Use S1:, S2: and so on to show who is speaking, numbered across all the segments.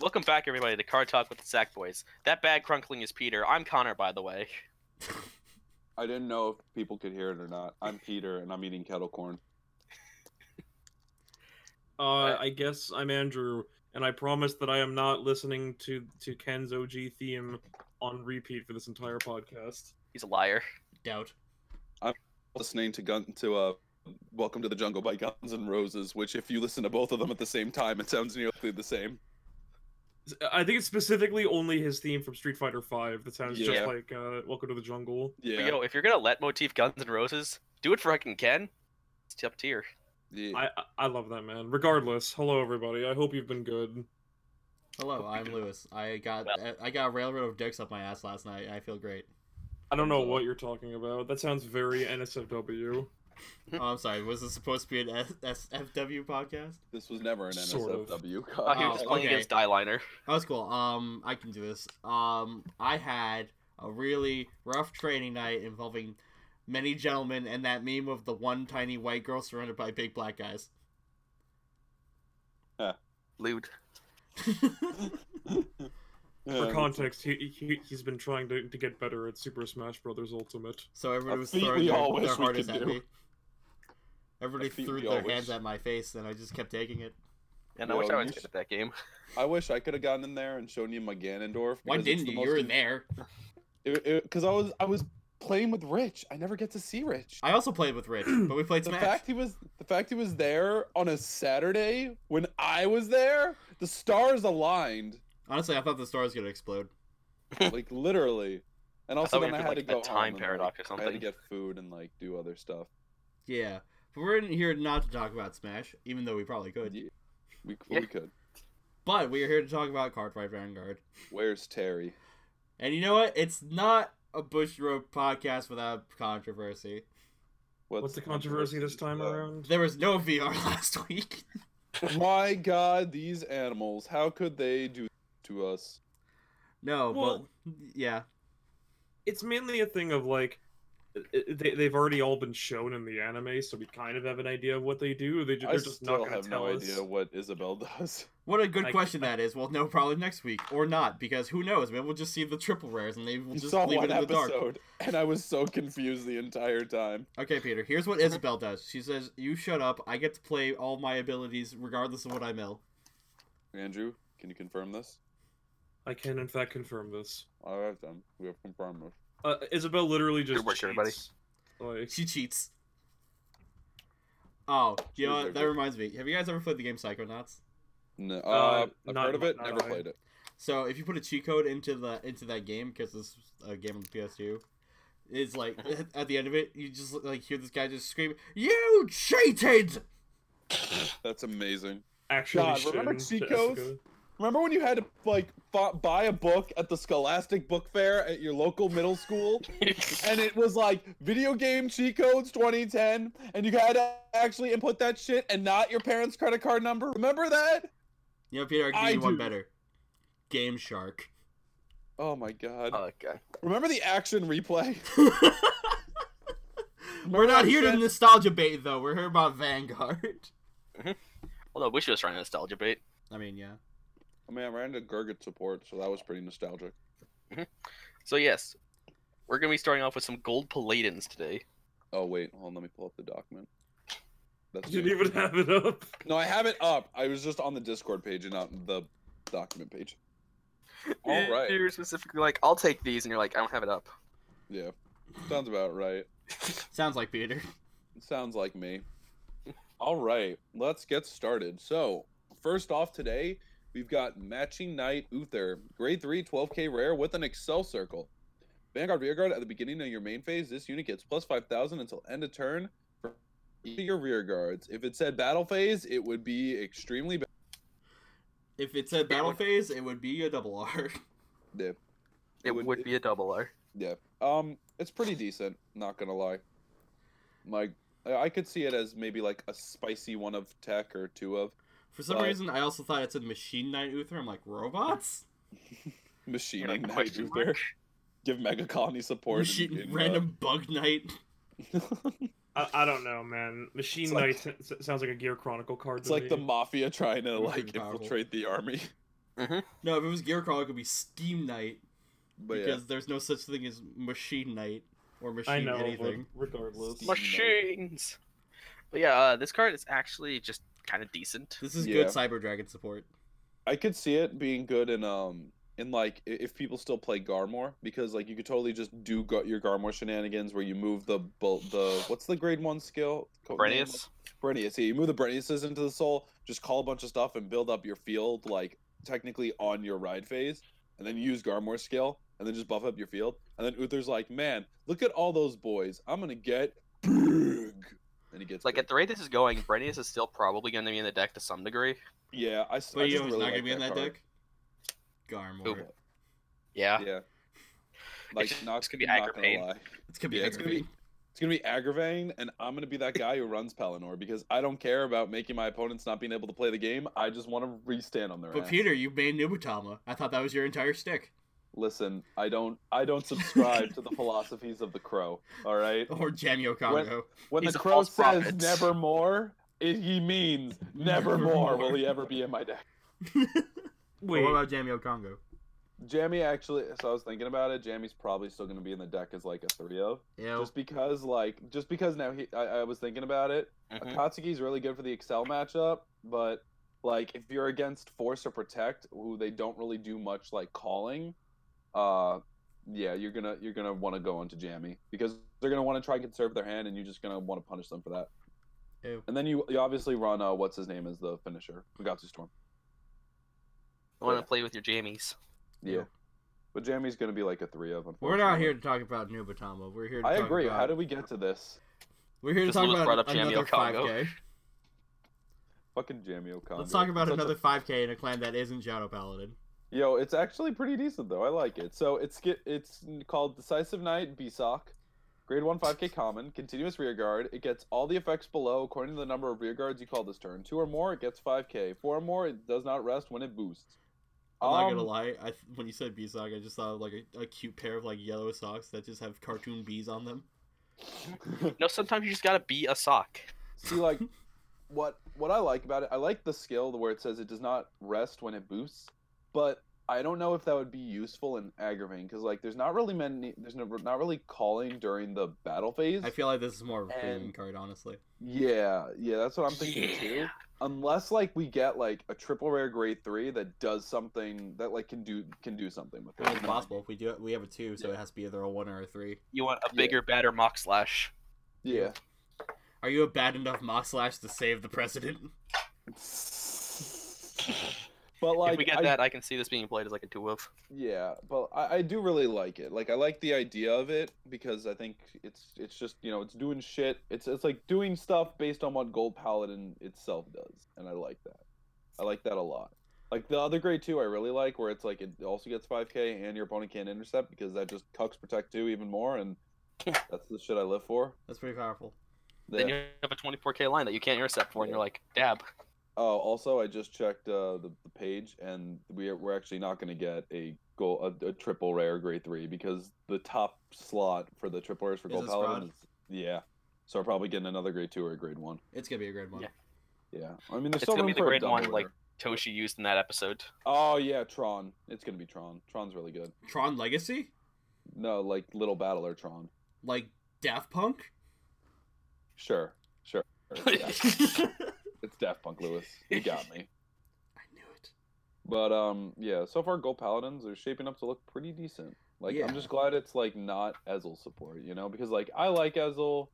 S1: Welcome back, everybody, to Car Talk with the Sack Boys. That bad crunkling is Peter. I'm Connor, by the way.
S2: I didn't know if people could hear it or not. I'm Peter, and I'm eating kettle corn.
S3: Uh, I guess I'm Andrew, and I promise that I am not listening to to Ken's OG theme on repeat for this entire podcast.
S1: He's a liar.
S4: Doubt.
S2: Listening to Gun to uh, Welcome to the Jungle by Guns N' Roses, which if you listen to both of them at the same time, it sounds nearly the same.
S3: I think it's specifically only his theme from Street Fighter Five that sounds
S2: Yeah.
S3: just like uh, "Welcome to the Jungle."
S2: Yeah,
S1: But yo, if you're gonna let motif Guns and Roses, do it for fucking Ken. It's top tier.
S2: yeah.
S3: I I- I love that man. Regardless, hello everybody. I hope you've been good.
S4: Hello, I'm Lewis. I got uh, I got a railroad of dicks up my ass last night. I feel great.
S3: I don't know
S2: Enzo.
S3: what you're talking about. That sounds very NSFW.
S2: Hmm.
S4: Oh, I'm sorry. Was this supposed to be an S- SFW podcast?
S2: this was never an
S3: Sort of.
S2: NSFW.
S1: Out here
S4: Oh,
S1: just playing
S4: okay.
S1: against Dyliner.
S4: That was cool. Um, I can do this. Um, I had a really rough training night involving many gentlemen and that meme of the one tiny white girl surrounded by big black guys.
S1: Lewd.
S3: For
S2: Yeah.
S3: context, he, he he's been trying to, to get better at Super Smash Brothers Ultimate.
S4: so everybody
S2: A
S4: was
S2: feat
S4: throwing
S2: we
S4: their,
S2: all wish
S4: their
S2: we
S4: hardest
S2: could
S4: at
S2: do.
S4: me. Everybody
S2: A feat
S4: threw
S2: we
S4: their
S2: all wish.
S4: hands at my face, and I just kept taking it.
S1: And I
S2: Yo,
S1: wish I
S2: you
S1: was
S2: sh-
S1: good at that game.
S2: I wish I could have gotten in there and shown you my Ganondorf.
S4: Why
S2: because it's
S4: didn't
S2: the
S4: you?
S2: most
S4: You were
S2: con-
S4: there.
S2: It- it- Because I was I was playing with Rich. I never get to see Rich.
S4: I also played with Rich, but we played
S2: the
S4: Smash.
S2: fact he was the fact he was there on a Saturday when I was there, the stars aligned,
S4: Honestly, I thought the star was gonna explode.
S2: like literally. And also
S1: thought we
S2: then I
S1: were
S2: had
S1: doing,
S2: to
S1: like, a
S2: go
S1: time
S2: home and,
S1: paradox
S2: like,
S1: or
S2: I had to
S1: something.
S2: get food and like do other stuff.
S4: Yeah, but we're in here not to talk about Smash, even though we probably could.
S2: Ye- We,
S1: Yeah.
S2: we could.
S4: But we are here to talk about Cardfight Vanguard.
S2: Where's Terry?
S4: And you know what? It's not a Bush Road podcast without controversy.
S3: What's the controversy this time
S2: Uh,
S3: around?
S4: There was no VR last week.
S2: My God, these animals! How could they do to us?
S4: No,
S3: Well-
S4: but yeah,
S3: It's mainly a thing of like i- i- they, they've already all been shown in the anime, so we kind of have an idea of what they do. They, ju-
S2: I
S3: they're just not
S2: still
S3: going to
S2: have
S3: tell
S2: no
S3: us.
S2: idea what Isabel does.
S4: what a good
S3: I-
S4: question that is. Well, no, probably next week or not, because who knows? Maybe we'll just see the triple rares and maybe we'll
S2: You
S4: just
S2: saw
S4: leave it
S2: one
S4: in the dark.
S2: episode, and I was so confused the entire time.
S4: Okay, Peter. Here's what Isabel does. She says, "You shut up. I get to play all my abilities regardless of what I mill."
S2: Andrew, can you confirm this?
S3: I can, in fact, confirm this.
S2: All right, then we have confirmed this.
S3: Uh, Isabel literally just
S1: work, everybody.
S3: cheats. Like,
S4: She cheats. Oh, you know
S2: Cheater.
S4: what? That reminds me. Have you guys ever played the game Psychonauts?
S2: No, uh,
S3: Uh,
S2: I've
S3: not-
S2: heard of it.
S3: not
S2: Never
S3: I.
S2: played it.
S4: So if you put a cheat code into the into that game, because this is a game on the PS2, it's like at the end of it, you just like hear this guy just scream, "You cheated!"
S2: That's amazing.
S3: actually,
S2: God, remember
S3: Shin to
S2: cheat codes?
S3: Asuka.
S2: Remember when you had to like f- buy a book at the Scholastic Book Fair at your local middle school, and it was like video game cheat codes 2010, and you had to actually input that shit and not your parents' credit card number. Remember that?
S4: You know, Peter, I can give
S2: I
S4: you one
S2: do.
S4: better. Game Shark.
S2: Oh my god!
S3: Uh.
S1: oh god.
S2: Remember the action replay?
S4: We're not
S2: that
S4: here to
S2: shit?
S4: nostalgia bait, though. We're here about Vanguard.
S1: Although we should have tried nostalgia bait.
S4: I mean, yeah.
S2: I mean, Oh, I ran into Gurgit support, so that was pretty nostalgic.
S1: So yes, we're gonna be starting off with some gold paladins today.
S2: Oh wait, hold on, let me pull up the document. That's
S3: Didn't
S2: me.
S3: even have it up.
S2: No, I have it up. I was just on the Discord page and not the document page. All right.
S1: You're specifically like, I'll take these, and you're like, I don't have it up.
S2: Yeah. Sounds about right.
S4: Sounds like Peter.
S2: Sounds like me. All right. Let's get started. So, first off today, we've got Matching Knight Uther, grade 3 12k rare with an Excel circle. Vanguard Rear Guard at the beginning of your main phase, this unit gets plus 5,000 until end of turn for each of your rear guards. If it said battle phase, it would be extremely bad.
S4: If it said battle
S1: would-
S4: phase, it would be a double R.
S2: Yeah.
S1: It, would, be a double R.
S2: Yeah. Um, it's pretty decent. Not gonna lie. Like, I I could see it as maybe like a spicy one of tech or two of
S4: For some
S2: But-
S4: reason, I also thought it said Machine Knight Uther. I'm like, robots?
S1: You're like,
S2: machining knight
S1: question
S2: Uther.
S1: mark?
S2: Give Mega Colony support. and
S4: Machine-
S2: in, uh,
S4: random Bug Knight?
S3: I, I don't know, man. Machine
S2: It's
S3: Knight
S2: like-
S3: s- s- sounds like a Gear Chronicle card.
S2: it's
S3: to
S2: like the
S3: me.
S2: mafia trying to
S4: Pretty
S2: like
S4: powerful.
S2: infiltrate the army.
S1: Mhm.
S4: No, if it was Gear Crawl, it could be Steam Night
S2: But
S4: because there's no such thing as Machine Night or Machine
S3: I know,
S4: anything.
S3: but regardless.
S2: Steam.
S1: Machines. But yeah, uh, this card is actually just kind of decent.
S4: This is
S2: Yeah.
S4: good Cyber Dragon support.
S2: yeah, I could see it being good in um in like i- if people still play Garmor because like you could totally just do go- your Garmor shenanigans where you move the bul- the what's the grade one skill Co- name?
S1: Brenius.
S2: Brenius. Yeah, you move the Breniuses into the soul. Just call a bunch of stuff and build up your field like technically on your ride phase, and then use Garmor skill and then just buff up your field. And then Uther's like, man, look at all those boys. I'm gonna get big. And he gets
S1: Like
S2: big.
S1: at the rate this is going, Brenius is still probably going to be in the deck to some degree.
S2: yeah, I. s- I
S4: But you
S2: just
S4: know,
S2: really
S4: it's not gonna
S2: like
S4: be in that
S2: card.
S4: deck. Garmor.
S1: Who? Yeah.
S2: Yeah. Like
S1: just-
S2: not,
S1: Ah. it's gonna be
S2: not gonna
S1: aggravating.
S2: lie.
S4: It's gonna be
S2: Yeah, it's gonna be-
S4: aggravating.
S2: It's gonna be aggravating, and I'm gonna be that guy who runs Pelennor because I don't care about making my opponents not being able to play the game. I just want to restand on their.
S4: But
S2: ass.
S4: Peter, you banned Nubutama. I thought that was your entire stick.
S2: Listen, I don't, I don't subscribe to the philosophies of the crow. All right,
S4: Or Jamio Congo.
S2: when
S1: He's
S2: the
S1: a
S2: crow
S1: false
S2: says
S1: prophet.
S2: "nevermore," it, he means nevermore
S4: Nevermore.
S2: will he ever be in my deck.
S4: But
S3: Wait,
S4: What about Jamio Congo?
S2: Jamie actually, so I was thinking about it. Jamie's probably still gonna be in the deck as like a three of,
S4: Ew.
S2: just because like, just because now he, I, I was thinking about it.
S1: Mhm.
S2: Akatsuki's really good for the Excel matchup, but like if you're against Force or Protect, who they don't really do much like calling, uh, yeah, you're gonna you're gonna want to go into Jammy because they're gonna want to try and conserve their hand, and you're just gonna want to punish them for that.
S4: Ew.
S2: And then you you obviously run uh, what's his name as the finisher, Fugatsu Storm.
S1: I want
S2: Yeah.
S1: to play with your jammies.
S2: Yeah, but Jammy's gonna be like a three of.
S4: We're not
S2: unfortunately.
S4: here to talk about Nubatama. We're here to
S2: I
S4: talk
S2: agree.
S4: about
S2: How did we get to this?
S4: We're here to
S1: Just
S4: talk
S1: Lewis
S4: about
S1: brought up Jamie
S4: another
S1: Okongo.
S4: 5K.
S2: Fucking Jammy O'Connor.
S4: Let's talk about another 5K in a clan that isn't Shadow Paladin.
S2: Yo, it's actually pretty decent though. I like it. So it's get it's called Decisive Knight BSOC. Grade 1 5k common, continuous rearguard. It gets all the effects below according to the number of rearguards you call this turn. Two or more, it gets 5k. Four or more, it does not rest when it boosts.
S4: I'm not gonna
S2: Um,
S4: lie. I th- when you said bee sock, I just thought of like a, a cute pair of like yellow socks that just have cartoon bees on them.
S1: No, sometimes you just gotta be a sock.
S2: See, like, what what I like about it, I like the skill where it says it does not rest when it boosts, but I don't know if that would be useful and aggravating because like there's not really many there's no, not really calling during the battle phase.
S4: I feel like this is more of a premium
S2: And-
S4: card, honestly.
S2: Yeah, yeah, that's what I'm thinking too.
S1: Yeah.
S2: Unless like we get like a triple rare grade three that does something that like can do can do something with
S4: I mean, it's
S2: it.
S4: possible if we do it. We have a two, so it has to be either a one or a three.
S1: You want a
S2: Yeah.
S1: bigger, badder mock slash.
S2: Yeah.
S4: Are you a bad enough mock slash to save the president?
S2: But like
S1: if we get
S2: I,
S1: that, I can see this being played as like a two of.
S2: yeah, but I, I do really like it. Like I like the idea of it because I think it's it's just you know it's doing shit. It's it's like doing stuff based on what Gold Paladin itself does, and I like that. I like that a lot. Like the other grade two, I really like where it's like it also gets five k and your opponent can't intercept because that just cucks protect two even more, and that's the shit I live for.
S4: That's pretty powerful.
S1: Then
S2: Yeah.
S1: you have a 24k line that you can't intercept for, and you're like, dab.
S2: Oh, also I just checked uh, the, the page, and we are, we're actually not going to get a goal a, a triple rare grade three because the top slot for the triple rares for
S4: Is
S2: gold
S4: this
S2: paladin
S4: fraud?
S2: is yeah. So we're probably getting another grade two or a grade one.
S4: It's gonna be a grade one.
S1: Yeah.
S2: Yeah, I mean there's
S1: It's
S2: still
S1: gonna
S2: room
S1: be the
S2: for a
S1: grade
S2: double
S1: one, like-
S2: rare.
S1: Toshi used in that episode.
S2: oh yeah, Tron. It's gonna be Tron. Tron's really good.
S4: Tron Legacy,
S2: No, like Little Battler Tron.
S4: like Daft Punk.
S2: Sure, sure. It's Daft,
S4: I
S2: it's Daft Punk Lewis. You got me.
S4: knew it.
S2: But um, yeah. So far, gold paladins are shaping up to look pretty decent. Like
S4: Yeah.
S2: I'm just glad it's like not Ezreal support, you know, because like I like Ezreal,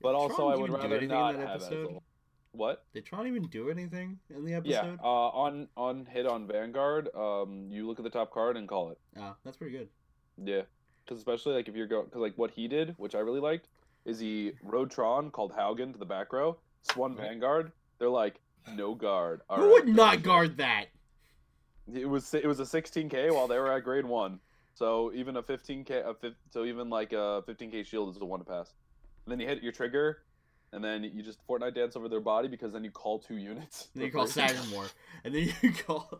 S2: but also
S4: Tron
S2: I would
S4: didn't do
S2: rather
S4: anything in
S2: not
S4: that
S2: have
S4: episode?
S2: Ezreal. What?
S4: Did Tron even do anything in the
S2: Yeah.
S4: episode?
S2: Uh, on on hit on Vanguard, um, you look at the top card and call it.
S4: oh, that's pretty good.
S2: Yeah. Because especially like if you're going, because like what he did, which I really liked, is he rode Tron called Haugen to the back row, swung Vanguard. They're like no guard. All
S4: Who
S2: right.
S4: would not guard that?
S2: it was it was a 16k while they were at grade one. So even a 15k, a fif- so even like a 15k shield is a one to pass. And then you hit your trigger, and then you just Fortnite dance over their body because then you call two units.
S4: And then you call Sagamore, and then you call.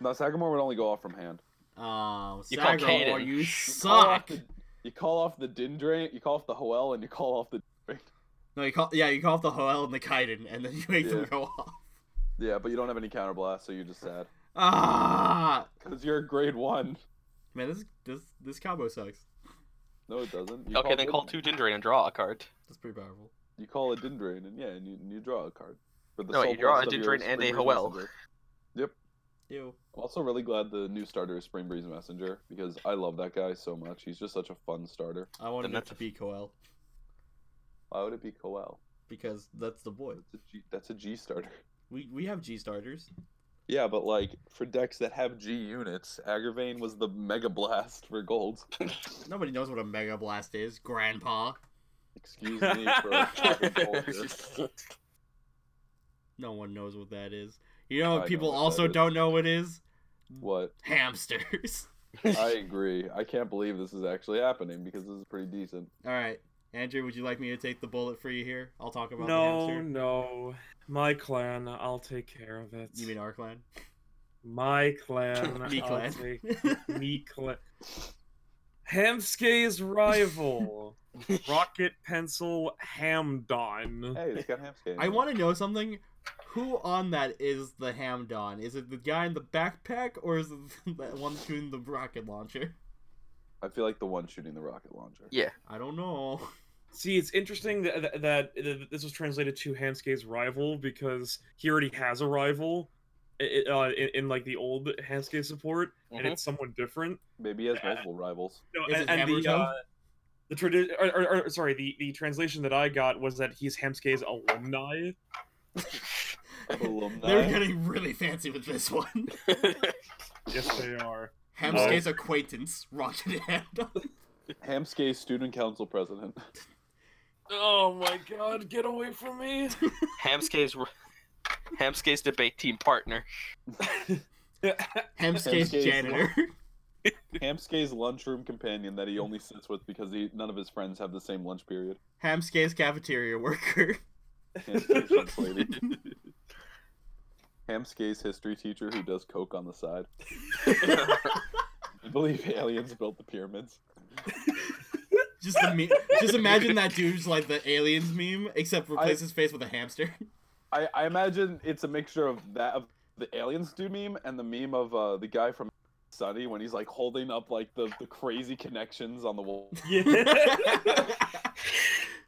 S2: No, Sagamore would only go off from hand.
S4: Um,
S1: You call
S4: Sagamore,
S1: Kaden.
S4: you
S2: Call off
S4: suck.
S2: the- you call off the din drain. You call off the Hoel, and you call off the. Drain.
S4: No, you call yeah, you call off the Hoel and the Kaiden, and then you make
S2: Yeah.
S4: them go off.
S2: Yeah, but you don't have any counter blast, so you're just sad. because you're a grade one.
S4: Ah! Man, this this this combo sucks.
S2: No, it doesn't. You
S1: Okay, then call
S2: it-
S1: two Dindrain and draw a card.
S4: That's pretty powerful.
S2: You call a Dindrain, and yeah, and you, and you draw a card. For the
S1: No,
S2: sole
S1: you draw a
S2: purpose of
S1: Dindrain
S2: your
S1: and a
S2: Spring Breeze
S1: Hoel.
S2: Messenger.
S4: Ew.
S2: I'm also really glad the new starter is Spring Breeze Messenger because I love that guy so much. He's just such a fun starter.
S4: I wanted
S1: Then
S4: it
S1: that's
S4: to
S1: a-
S4: be Coel
S2: Why would it be Coel?
S4: because that's the boy.
S2: That's a G. That's a G starter.
S4: We we have G starters.
S2: Yeah, but like for decks that have G units, Agravain was the Mega Blast for gold.
S4: Nobody knows what a Mega Blast is, Grandpa.
S2: Excuse me for fucking bullshit.
S4: No one knows what that is. You know what
S2: I know
S4: people
S2: what
S4: also
S2: that is.
S4: don't know what is?
S2: What?
S4: Hamsters.
S2: I agree. I can't believe this is actually happening because this is pretty decent.
S4: All right, Andrew, would you like me to take the bullet for you here? I'll talk about the
S3: No,
S4: hamster.
S3: no. My clan, I'll take care of it.
S4: You mean our clan?
S3: my clan?
S4: Me
S3: I'll
S4: clan.
S3: take- me clan. Hamske's rival, Rocket Pencil Hamdon.
S2: Hey, it's got Hamskin.
S4: I want to know something. Who on that is the Hamdon? Is it the guy in the backpack, or is it the one shooting the rocket launcher?
S2: I feel like the one shooting the rocket launcher.
S1: yeah.
S4: I don't know.
S3: See, it's interesting that, that, that that this was translated to Hamske's rival because he already has a rival i- i- uh, in, in like the old Hamske support, and
S1: Mhm.
S3: it's someone different.
S2: Maybe he has multiple rivals.
S3: No,
S4: Is
S3: and, and
S4: it
S3: the,
S4: Hammertoe?
S3: uh, the tradi- or, or, or, sorry, the, the translation that I got was that he's Hamske's alumni.
S4: They're
S2: Alumni.
S4: getting really fancy with this one.
S3: Yes, they are.
S4: Hamske's acquaintance, Rocket Hamdon.
S2: Hamsky student council president.
S3: Oh my god, get away from me!
S1: Hamske's Hamske's debate team partner.
S4: Hamske's
S2: Hamske's
S4: janitor.
S2: Hamsky's lunchroom companion that he only sits with because he, none of his friends have the same lunch period.
S4: Hamske's cafeteria worker.
S2: Hamsky's lunch lady. Hamsky's history teacher who does coke on the side. I believe aliens built the pyramids.
S4: Just the me- just imagine that dude's like the aliens meme, except replace his face with a hamster.
S2: I, I imagine it's a mixture of that of the aliens do meme and the meme of uh, the guy from Sunny when he's like holding up like the, the crazy connections on the wall.
S3: Yeah.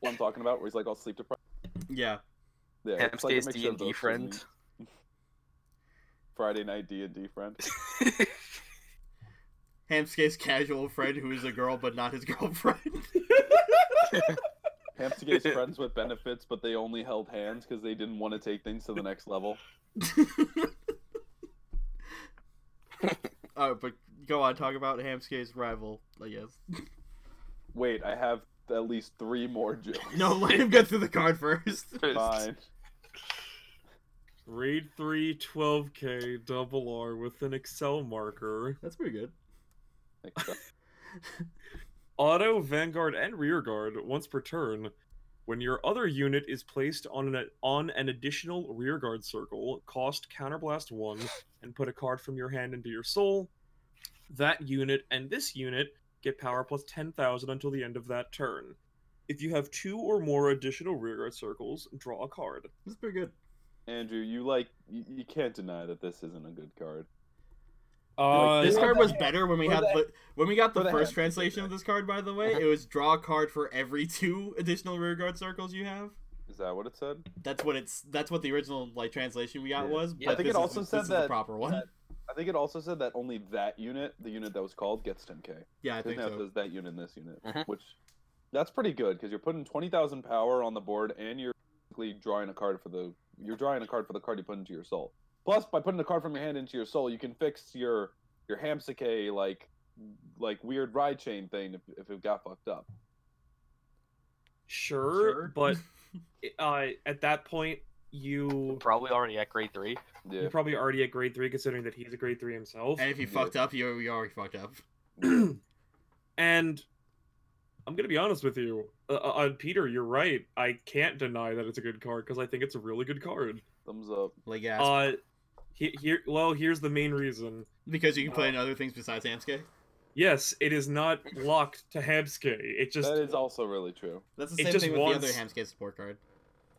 S2: What I'm talking about, where he's like all sleep deprived.
S4: yeah.
S2: Yeah, it's like a
S1: Hamske's
S2: mixture
S1: D
S2: of
S1: and D
S2: those two
S1: friend.
S2: memes. Friday night D and D friend.
S4: Hamske's casual friend who is a girl but not his girlfriend.
S2: Hamsky's friends with benefits, but they only held hands because they didn't want to take things to the next level.
S4: Oh, but go on, talk about Hamske's rival, I guess.
S2: Wait, I have at least three more jokes.
S4: No, let him get through the card first.
S2: Fine.
S3: Grade 3 12k double R with an Excel marker.
S4: That's pretty good.
S2: uh,
S3: Auto, vanguard, and rearguard once per turn. When your other unit is placed on an on an additional rearguard circle, cost counterblast one and put a card from your hand into your soul. That unit and this unit get power plus ten thousand until the end of that turn. If you have two or more additional rearguard circles, draw a card.
S4: That's pretty good.
S2: Andrew, you like you, you can't deny that this isn't a good card.
S3: Uh,
S4: this
S2: yeah.
S4: card was better when we
S2: For
S4: had
S2: the-
S4: the, when we got the
S2: for the
S4: first
S2: hand.
S4: translation of this card. By the way, it was draw a card for every two additional rearguard circles you have.
S2: Is that what it said?
S4: That's what it's. That's what the original like translation we got
S2: Yeah.
S4: was.
S1: Yeah,
S4: but
S1: I
S2: think
S4: this
S2: it also
S4: is,
S2: said
S4: this is the
S2: that-
S4: proper one.
S2: that- I think it also said that only that unit, the unit that was called, gets 10k.
S4: yeah, I think
S2: now it
S4: so. Mm-hmm.
S2: says that unit and this unit,
S1: Mhm.
S2: which that's pretty good because you're putting 20,000 power on the board and you're basically drawing a card for the you're drawing a card for the card you put into your soul. Plus, by putting a card from your hand into your soul, you can fix your your Hamsake like like weird ride chain thing if, if it got fucked up.
S3: sure, but uh, at that point you
S1: Probably already at grade three.
S2: Yeah.
S3: You're probably already at grade three, considering that he's a grade three himself.
S4: and if you
S2: Yeah.
S4: fucked up, you you already fucked up.
S3: and I'm gonna be honest with you, uh, uh, uh, Peter, you're right. I can't deny that it's a good card because I think it's a really good card.
S2: Thumbs up.
S4: Like yeah,
S3: Uh, he- here, well, here's the main reason.
S4: because you can play
S3: uh,
S4: in other things besides Hamske.
S3: Yes, it is not locked to Hamske. It just
S2: that is also really true.
S4: That's the
S3: it
S4: same
S3: just
S4: thing with the other
S3: wants-
S4: Hamske support card.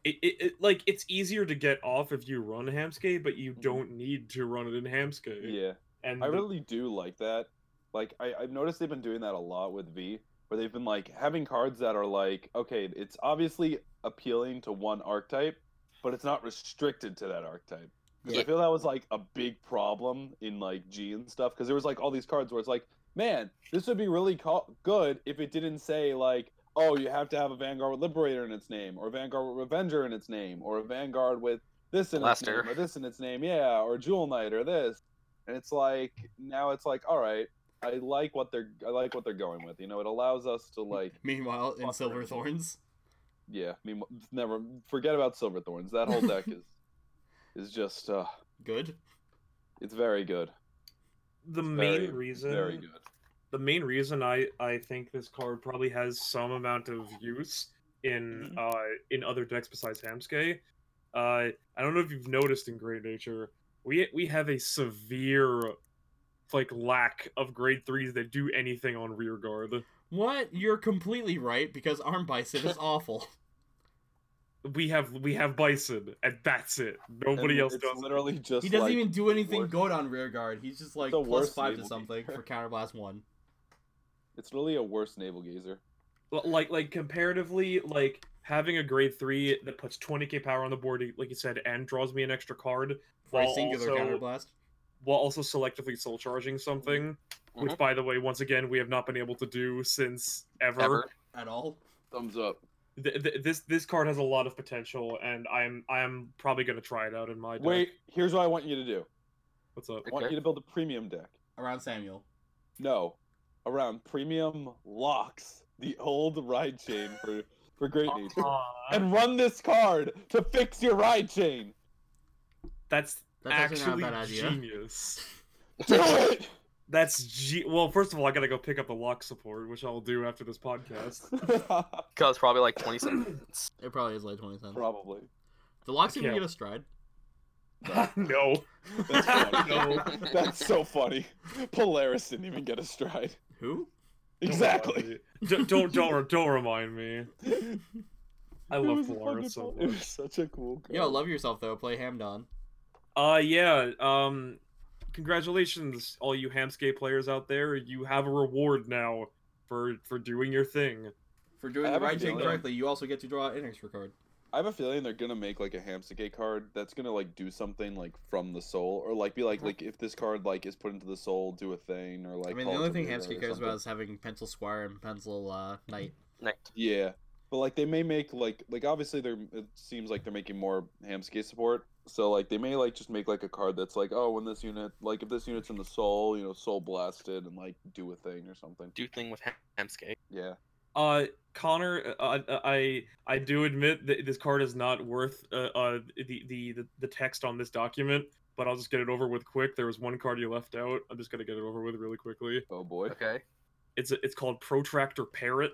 S3: it, it, it- like it's easier to get off if you run Hamske, but you
S2: Mhm.
S3: don't need to run it in Hamske.
S2: Yeah.
S3: And
S2: I
S3: the-
S2: really do like that. Like I, I've noticed they've been doing that a lot with V, where they've been like having cards that are like, okay, it's obviously appealing to one archetype, but it's not restricted to that archetype. 'Cause
S1: Yeah.
S2: I feel that was like a big problem in like G and stuff, because there was like all these cards where it's like, man, this would be really co- good if it didn't say like, oh, you have to have a Vanguard with Liberator in its name, or a Vanguard with Revenger in its name, or a Vanguard with this in its
S1: Blaster.
S2: name, or this in its name, yeah, or Jewel Knight, or this and it's like now it's like all right i like what they're i like what they're going with you know it allows us to like
S4: Meanwhile, in
S2: Fuck
S4: Silver
S2: them.
S4: Thorns,
S2: yeah i mean never forget about silver thorns that whole deck is is just uh
S4: good.
S2: it's very good
S3: the main
S2: very,
S3: reason
S2: very good
S3: the main reason I I think this card probably has some amount of use in uh in other decks besides Hamske. Uh, I don't know if you've noticed in Great Nature, we we have a severe like lack of grade threes that do anything on rear guard.
S4: What? You're completely right because Arm Bison is awful.
S3: We have we have Bison, and that's it. Nobody
S2: And
S3: else
S2: it's
S3: does. it.
S2: literally just
S4: He doesn't
S2: like,
S4: even do anything
S2: worse.
S4: good on rearguard. He's just like
S2: the
S4: plus
S2: worst
S4: five to
S2: Naval
S4: something
S2: Gazer.
S4: for counterblast one.
S2: it's really a worse navel gazer
S3: L- like like comparatively like having a grade three that puts 20k power on the board like you said and draws me an extra card
S4: For a
S3: While
S4: singular
S3: also-
S4: counterblast.
S3: while also selectively soul charging something, which by the way, once again, we have not been able to do since ever.
S1: Ever.
S4: At all.
S2: thumbs up
S3: Th- th- this this card has a lot of potential, and I'm I'm probably gonna try it out in my deck.
S2: wait here's what i want you to do
S3: what's up?
S2: i want
S1: Okay.
S2: you to build a premium deck
S4: Around Samuel.
S2: No, around premium locks, the old ride chain for for great nature, and run this card to fix your ride chain.
S3: That's
S4: That's
S3: actually
S4: actually not a bad idea.
S3: genius.
S2: Do it.
S3: That's ge- well. First of all, I gotta go pick up the lock support, which I'll do after this podcast.
S1: Cause probably like twenty seconds.
S4: It probably is like 20 cents.
S2: Probably.
S4: The locks even
S3: Yeah.
S4: get a stride.
S3: no,
S2: That's funny.
S3: no.
S2: That's so funny. Polaris didn't even get a stride.
S4: Who?
S2: Exactly.
S3: Don't don't don't, don't remind me.
S2: It
S3: I love
S2: was fucking
S3: Polaris so
S2: fun. It
S3: much.
S2: was such a cool card.
S4: Yo, love yourself though. Play Hamdon.
S3: Uh yeah, um congratulations all you Hamskay players out there. You have a reward now for for doing your thing.
S4: For
S2: I
S4: doing the
S2: have a
S4: right chain
S2: feeling-
S4: correctly, you also get to draw an extra card.
S2: I have a feeling they're gonna make like a Hamsake card that's gonna like do something like from the soul, or like be like
S1: Mhm.
S2: like if this card like is put into the soul, do a thing, or like.
S4: Uh-huh. I mean, the
S2: call it
S4: only
S2: to
S4: thing
S2: Mirror
S4: Hamsky
S2: or
S4: cares
S2: something.
S4: about is having Pencil Squire and Pencil uh, Knight.
S1: Night.
S2: Yeah, but like they may make like like obviously they're it seems like they're making more Hamsky support, so like they may like just make like a card that's like oh when this unit like if this unit's in the soul, you know, soul blasted and like do a thing or something.
S1: Do thing with Hamskay.
S2: Yeah,
S3: Uh Connor, uh, I I do admit that this card is not worth uh, uh the, the the the text on this document, but I'll just get it over with quick. There was one card you left out. I'm just gonna get it over with really quickly.
S2: oh boy.
S1: Okay.
S3: It's it's called Protractor Parrot.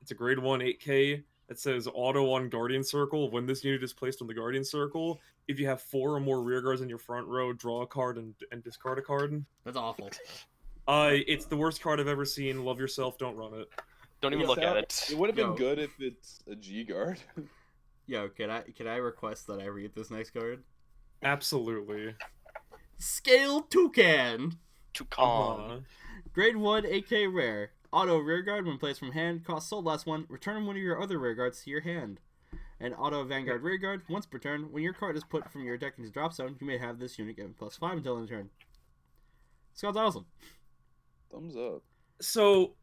S3: It's a grade one 8K. It says auto on Guardian Circle. When this unit is placed on the Guardian Circle, if you have four or more rear guards in your front row, draw a card and, and discard a card.
S4: That's awful.
S3: Uh, it's the worst card I've ever seen. Love yourself, don't run it.
S1: Don't even
S2: Yes,
S1: look at
S2: that-
S1: it.
S2: It would have been
S4: Yo.
S2: good if it's a G guard.
S4: Yo, can I can I request that I read this next card?
S3: Absolutely.
S4: Scale Toucan.
S1: To calm.
S3: Uh-huh.
S4: Grade 1 AK Rare. Auto Rearguard when placed from hand. Cost sold last one. Return one of your other Rearguards to your hand. An auto Vanguard Rearguard. Once per turn, when your card is put from your deck into drop zone, you may have this unit given plus 5 until end of turn. Scott's awesome.
S2: Thumbs up.
S3: So,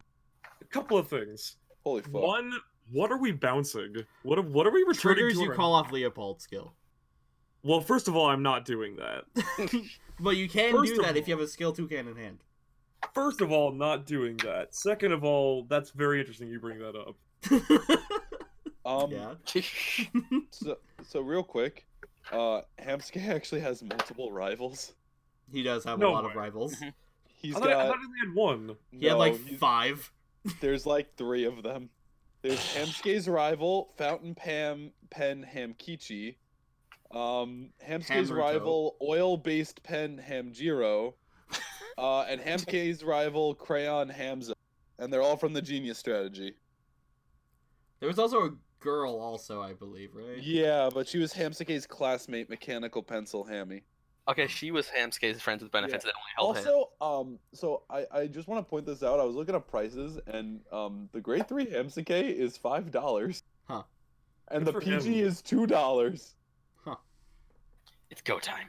S3: a couple of things.
S2: Holy fuck.
S3: One, what are we bouncing? What what are we returning
S4: Triggers
S3: to?
S4: you
S3: our-
S4: call off Leopold skill.
S3: well, first of all, I'm not doing that.
S4: But you can
S3: First
S4: do
S3: of
S4: that if you
S3: all-
S4: have a skill toucan in hand.
S3: First of all, I'm not doing that. Second of all, that's very interesting you bring that up.
S2: Um,
S4: yeah.
S2: so, so real quick, uh, Hamsky actually has multiple rivals.
S4: He does have
S3: No
S4: a lot
S3: way.
S4: of rivals.
S2: He's
S3: I thought,
S2: got.
S3: I thought I only had one.
S4: He had
S2: no,
S4: like
S2: he's-
S4: five.
S2: There's like three of them. There's Hamske's rival, Fountain Pam Pen Hamkichi. Um, Hamske's
S4: Hamruto.
S2: rival, oil-based pen Hamjiro. Uh, and Hamske's rival, Crayon Hamza. And they're all from the Genius Strategy.
S4: There was also a girl, also, I believe, right?
S2: Yeah, but she was Hamske's classmate, Mechanical Pencil Hammy.
S1: Okay, she was Hamske's friends with benefits that only held him.
S2: Also, um, so I, I just want to point this out. I was looking up prices, and um, the grade three hamsake is five dollars.
S4: Huh.
S2: And
S3: Good
S2: the
S3: for
S2: PG
S3: him.
S2: is two dollars.
S1: It's go time.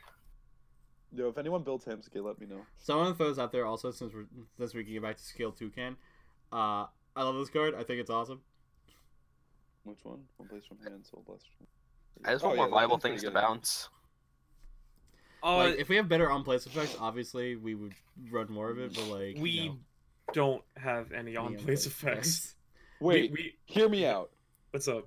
S2: Yo, if anyone builds hamsake, let me know.
S4: So I want to throw this out there also since we're since we can get back to skill toucan. Uh, I love this card. I think it's awesome.
S2: Which one? One place from hand, soul blessed.
S1: I just
S2: Oh,
S1: want
S2: yeah,
S1: more
S2: that
S1: viable
S2: one's pretty
S1: things to
S2: good.
S1: bounce.
S3: Uh,
S4: like, if we have better on place effects, obviously we would run more of it. But like
S3: we
S4: no.
S3: don't have any on place effects.
S2: Wait,
S3: we, we,
S2: hear me out.
S3: what's up?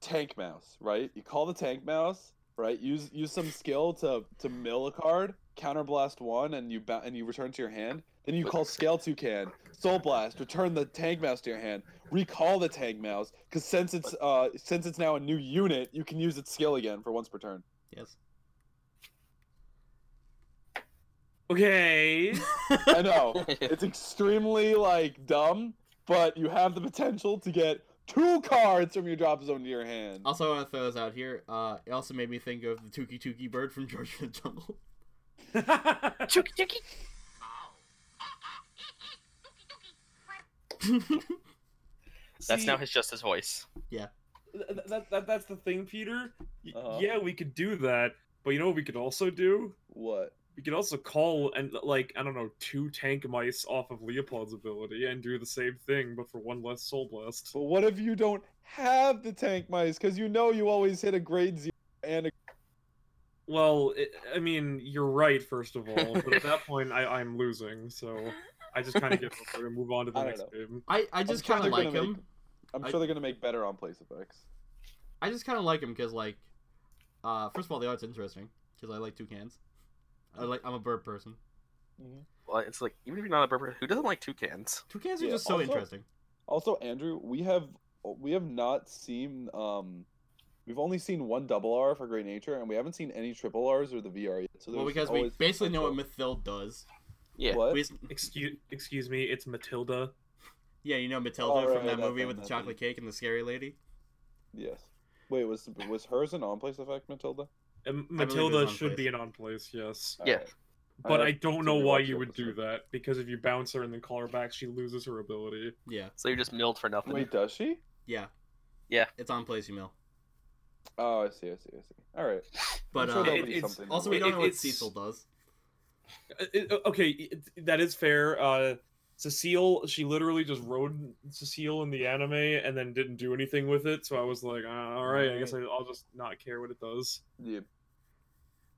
S2: Tank mouse, right? You call the tank mouse, right? Use use some skill to to mill a card, counter blast one, and you ba- and you return to your hand. Then you call scale toucan, soul blast, return the tank mouse to your hand, recall the tank mouse, because since it's uh since it's now a new unit, you can use its skill again for once per turn.
S4: Yes.
S3: Okay.
S2: I know it's extremely like dumb, but you have the potential to get two cards from your drop zone to your hand.
S4: Also, I want to throw this out here. Uh, it also made me think of the Tuki Tuki bird from George of the Jungle.
S1: Chooky chooky. That's now
S3: See,
S1: his just his voice.
S3: th- that, that, that's the thing, Peter. Y-
S2: Uh-huh.
S3: Yeah, we could do that, but you know what we could also do?
S2: What?
S3: We could also call and like I don't know two tank mice off of Leopold's ability and do the same thing, but for one less soul blast.
S2: But what if you don't have the tank mice? Because you know you always hit a grade zero and a.
S3: Well, it, I mean, you're right, first of all, but at that point, I, I'm losing, so I just kind of give up and move on to the
S2: I don't
S3: next game.
S4: I, I just
S2: sure
S4: kind of
S2: they're
S4: like
S2: gonna
S4: him.
S2: make- I'm
S4: I-
S2: sure they're gonna make better on place effects.
S4: I just kind of like him because like, uh, first of all, the art's interesting because I like toucans. I like I'm a bird person.
S1: Well, it's like even if you're not a burper, who doesn't like toucans?
S4: Toucans are
S2: Yeah,
S4: just so
S2: also-
S4: interesting.
S2: Also, Andrew, we have we have not seen um, we've only seen one double R for Great Nature, and we haven't seen any triple Rs or the VR yet. So
S4: Well,
S2: there's
S4: because we
S2: always
S4: basically know what
S2: potential.
S4: Mathilde does.
S1: Yeah.
S2: What?
S4: We s-
S3: Excuse, excuse me, it's Matilda.
S4: yeah, you know Matilda
S2: Oh, right,
S4: from that
S2: right, that
S4: movie
S2: thing,
S4: with the
S2: that
S4: chocolate cake and the scary lady.
S2: Yes. Wait, was was hers an on place effect, Matilda?
S3: Um,
S4: believe it's
S3: Matilda
S4: on
S3: should be an
S4: place.
S3: on place, yes.
S1: Yeah.
S2: Alright. have
S3: But I don't
S2: to
S3: know why
S2: rewatch
S3: you
S2: it
S3: would
S2: this
S3: do
S2: week.
S3: that, because if you bounce her and then call her back, she loses her ability.
S4: Yeah,
S1: So you're just milled for nothing.
S2: Wait, does she?
S4: yeah,
S1: Yeah.
S4: It's on place, you know.
S2: Oh, I see, I see, I see. All right. I'm
S4: But
S2: sure
S4: uh,
S2: there'll
S3: it-
S2: be
S3: it's-
S2: something.
S4: also, we
S3: It-
S4: don't know what
S3: it's-
S4: Cecil does.
S3: Uh, it- uh, okay, it- that is fair. Uh, Cecile, she literally just rode Cecile in the anime and then didn't do anything with it, so I was like, uh, alright, I guess I, I'll just not care what it does.
S2: yeah.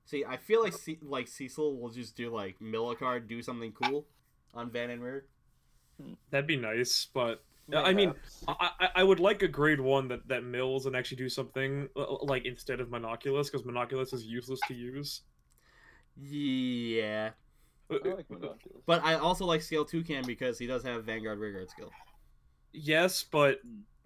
S4: See, I feel like Ce- like Cecil will just do like Millicard do something cool on Van and Rear.
S3: That'd be nice, but I mean,
S2: Perhaps.
S3: I, I- I would like a grade one that, that mills and actually do something uh, like instead of monoculus because monoculus is useless to use.
S4: Yeah,
S2: I
S3: Uh,
S2: like Monoculus.
S4: but I also like Scale Toucan because he does have Vanguard Rearguard skill.
S3: Yes, but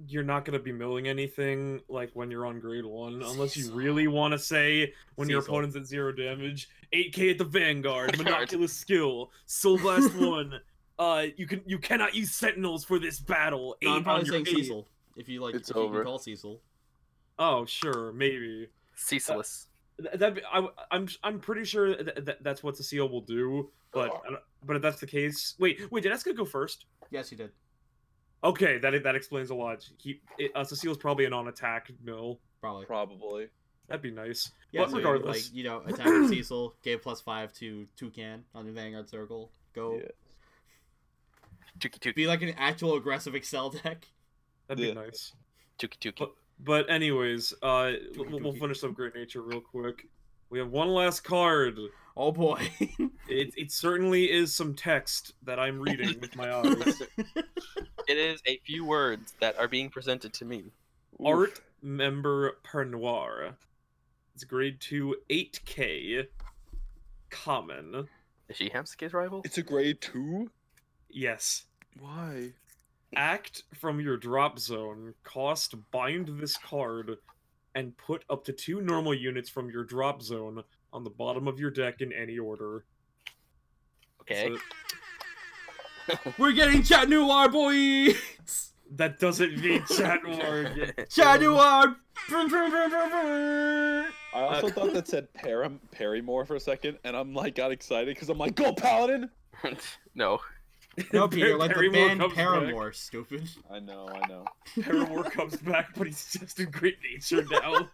S3: you're not going to be milling anything like when you're on grade one unless you
S4: Cecil.
S3: really want to say when your
S4: Cecil.
S3: opponent's at zero damage, 8k at the vanguard,
S1: Vanguard.
S3: monoculus skill, soul blast one. Uh, you can you cannot use sentinels for this battle. Eight
S4: No, I'm probably
S3: on your
S4: saying
S3: eight.
S4: Cecil. If you like,
S2: It's
S4: if you
S2: over.
S4: can call Cecil.
S3: Oh, sure, maybe.
S1: Ceaseless.
S3: Th- That I, I'm I'm pretty sure that, that that's what Cecile will do, but I don't- but if that's the case, wait wait did Eska go first?
S4: Yes, you did.
S3: Okay, that that explains a lot. He it, uh, Cecile's probably an on attack mill.
S4: Probably.
S2: Probably.
S3: That'd be nice.
S4: Yeah,
S3: but
S4: so you,
S3: regardless,
S4: like you know, attack Cecil, gave plus five to Toucan on the Vanguard Circle. Go
S2: Yeah.
S1: Tookie tookie
S4: be like an actual aggressive Excel deck.
S3: that'd be
S2: Yeah.
S3: nice.
S1: tookie tookie.
S3: But, but anyways, uh, we'll, we'll
S4: dookie.
S3: finish up Great Nature real quick. We have one last card.
S4: Oh boy.
S3: It it certainly is some text that I'm reading with my eyes.
S1: It is a few words that are being presented to me.
S3: Art member per noir. It's grade two, eight K, common.
S1: Is she Hamske's rival?
S2: It's a grade two.
S3: Yes.
S2: Why?
S3: Act from your drop zone. Cost bind this card, and put up to two normal units from your drop zone on the bottom of your deck in any order.
S1: Okay.
S3: So
S4: We're getting Chat Noir, boys.
S3: that doesn't mean chat org.
S4: Chat Noir. Vroom, vroom, vroom, vroom, vroom.
S2: I also
S1: Uh,
S2: thought that said Param- Perrymore for a second, and I'm like got excited because I'm like, go Paladin!
S1: no.
S4: No, Peter, like the
S3: Barrymore
S4: band
S3: comes back.
S4: Paramore, stupid.
S2: I know, I know.
S3: Paramore comes back, but he's just in great nature now.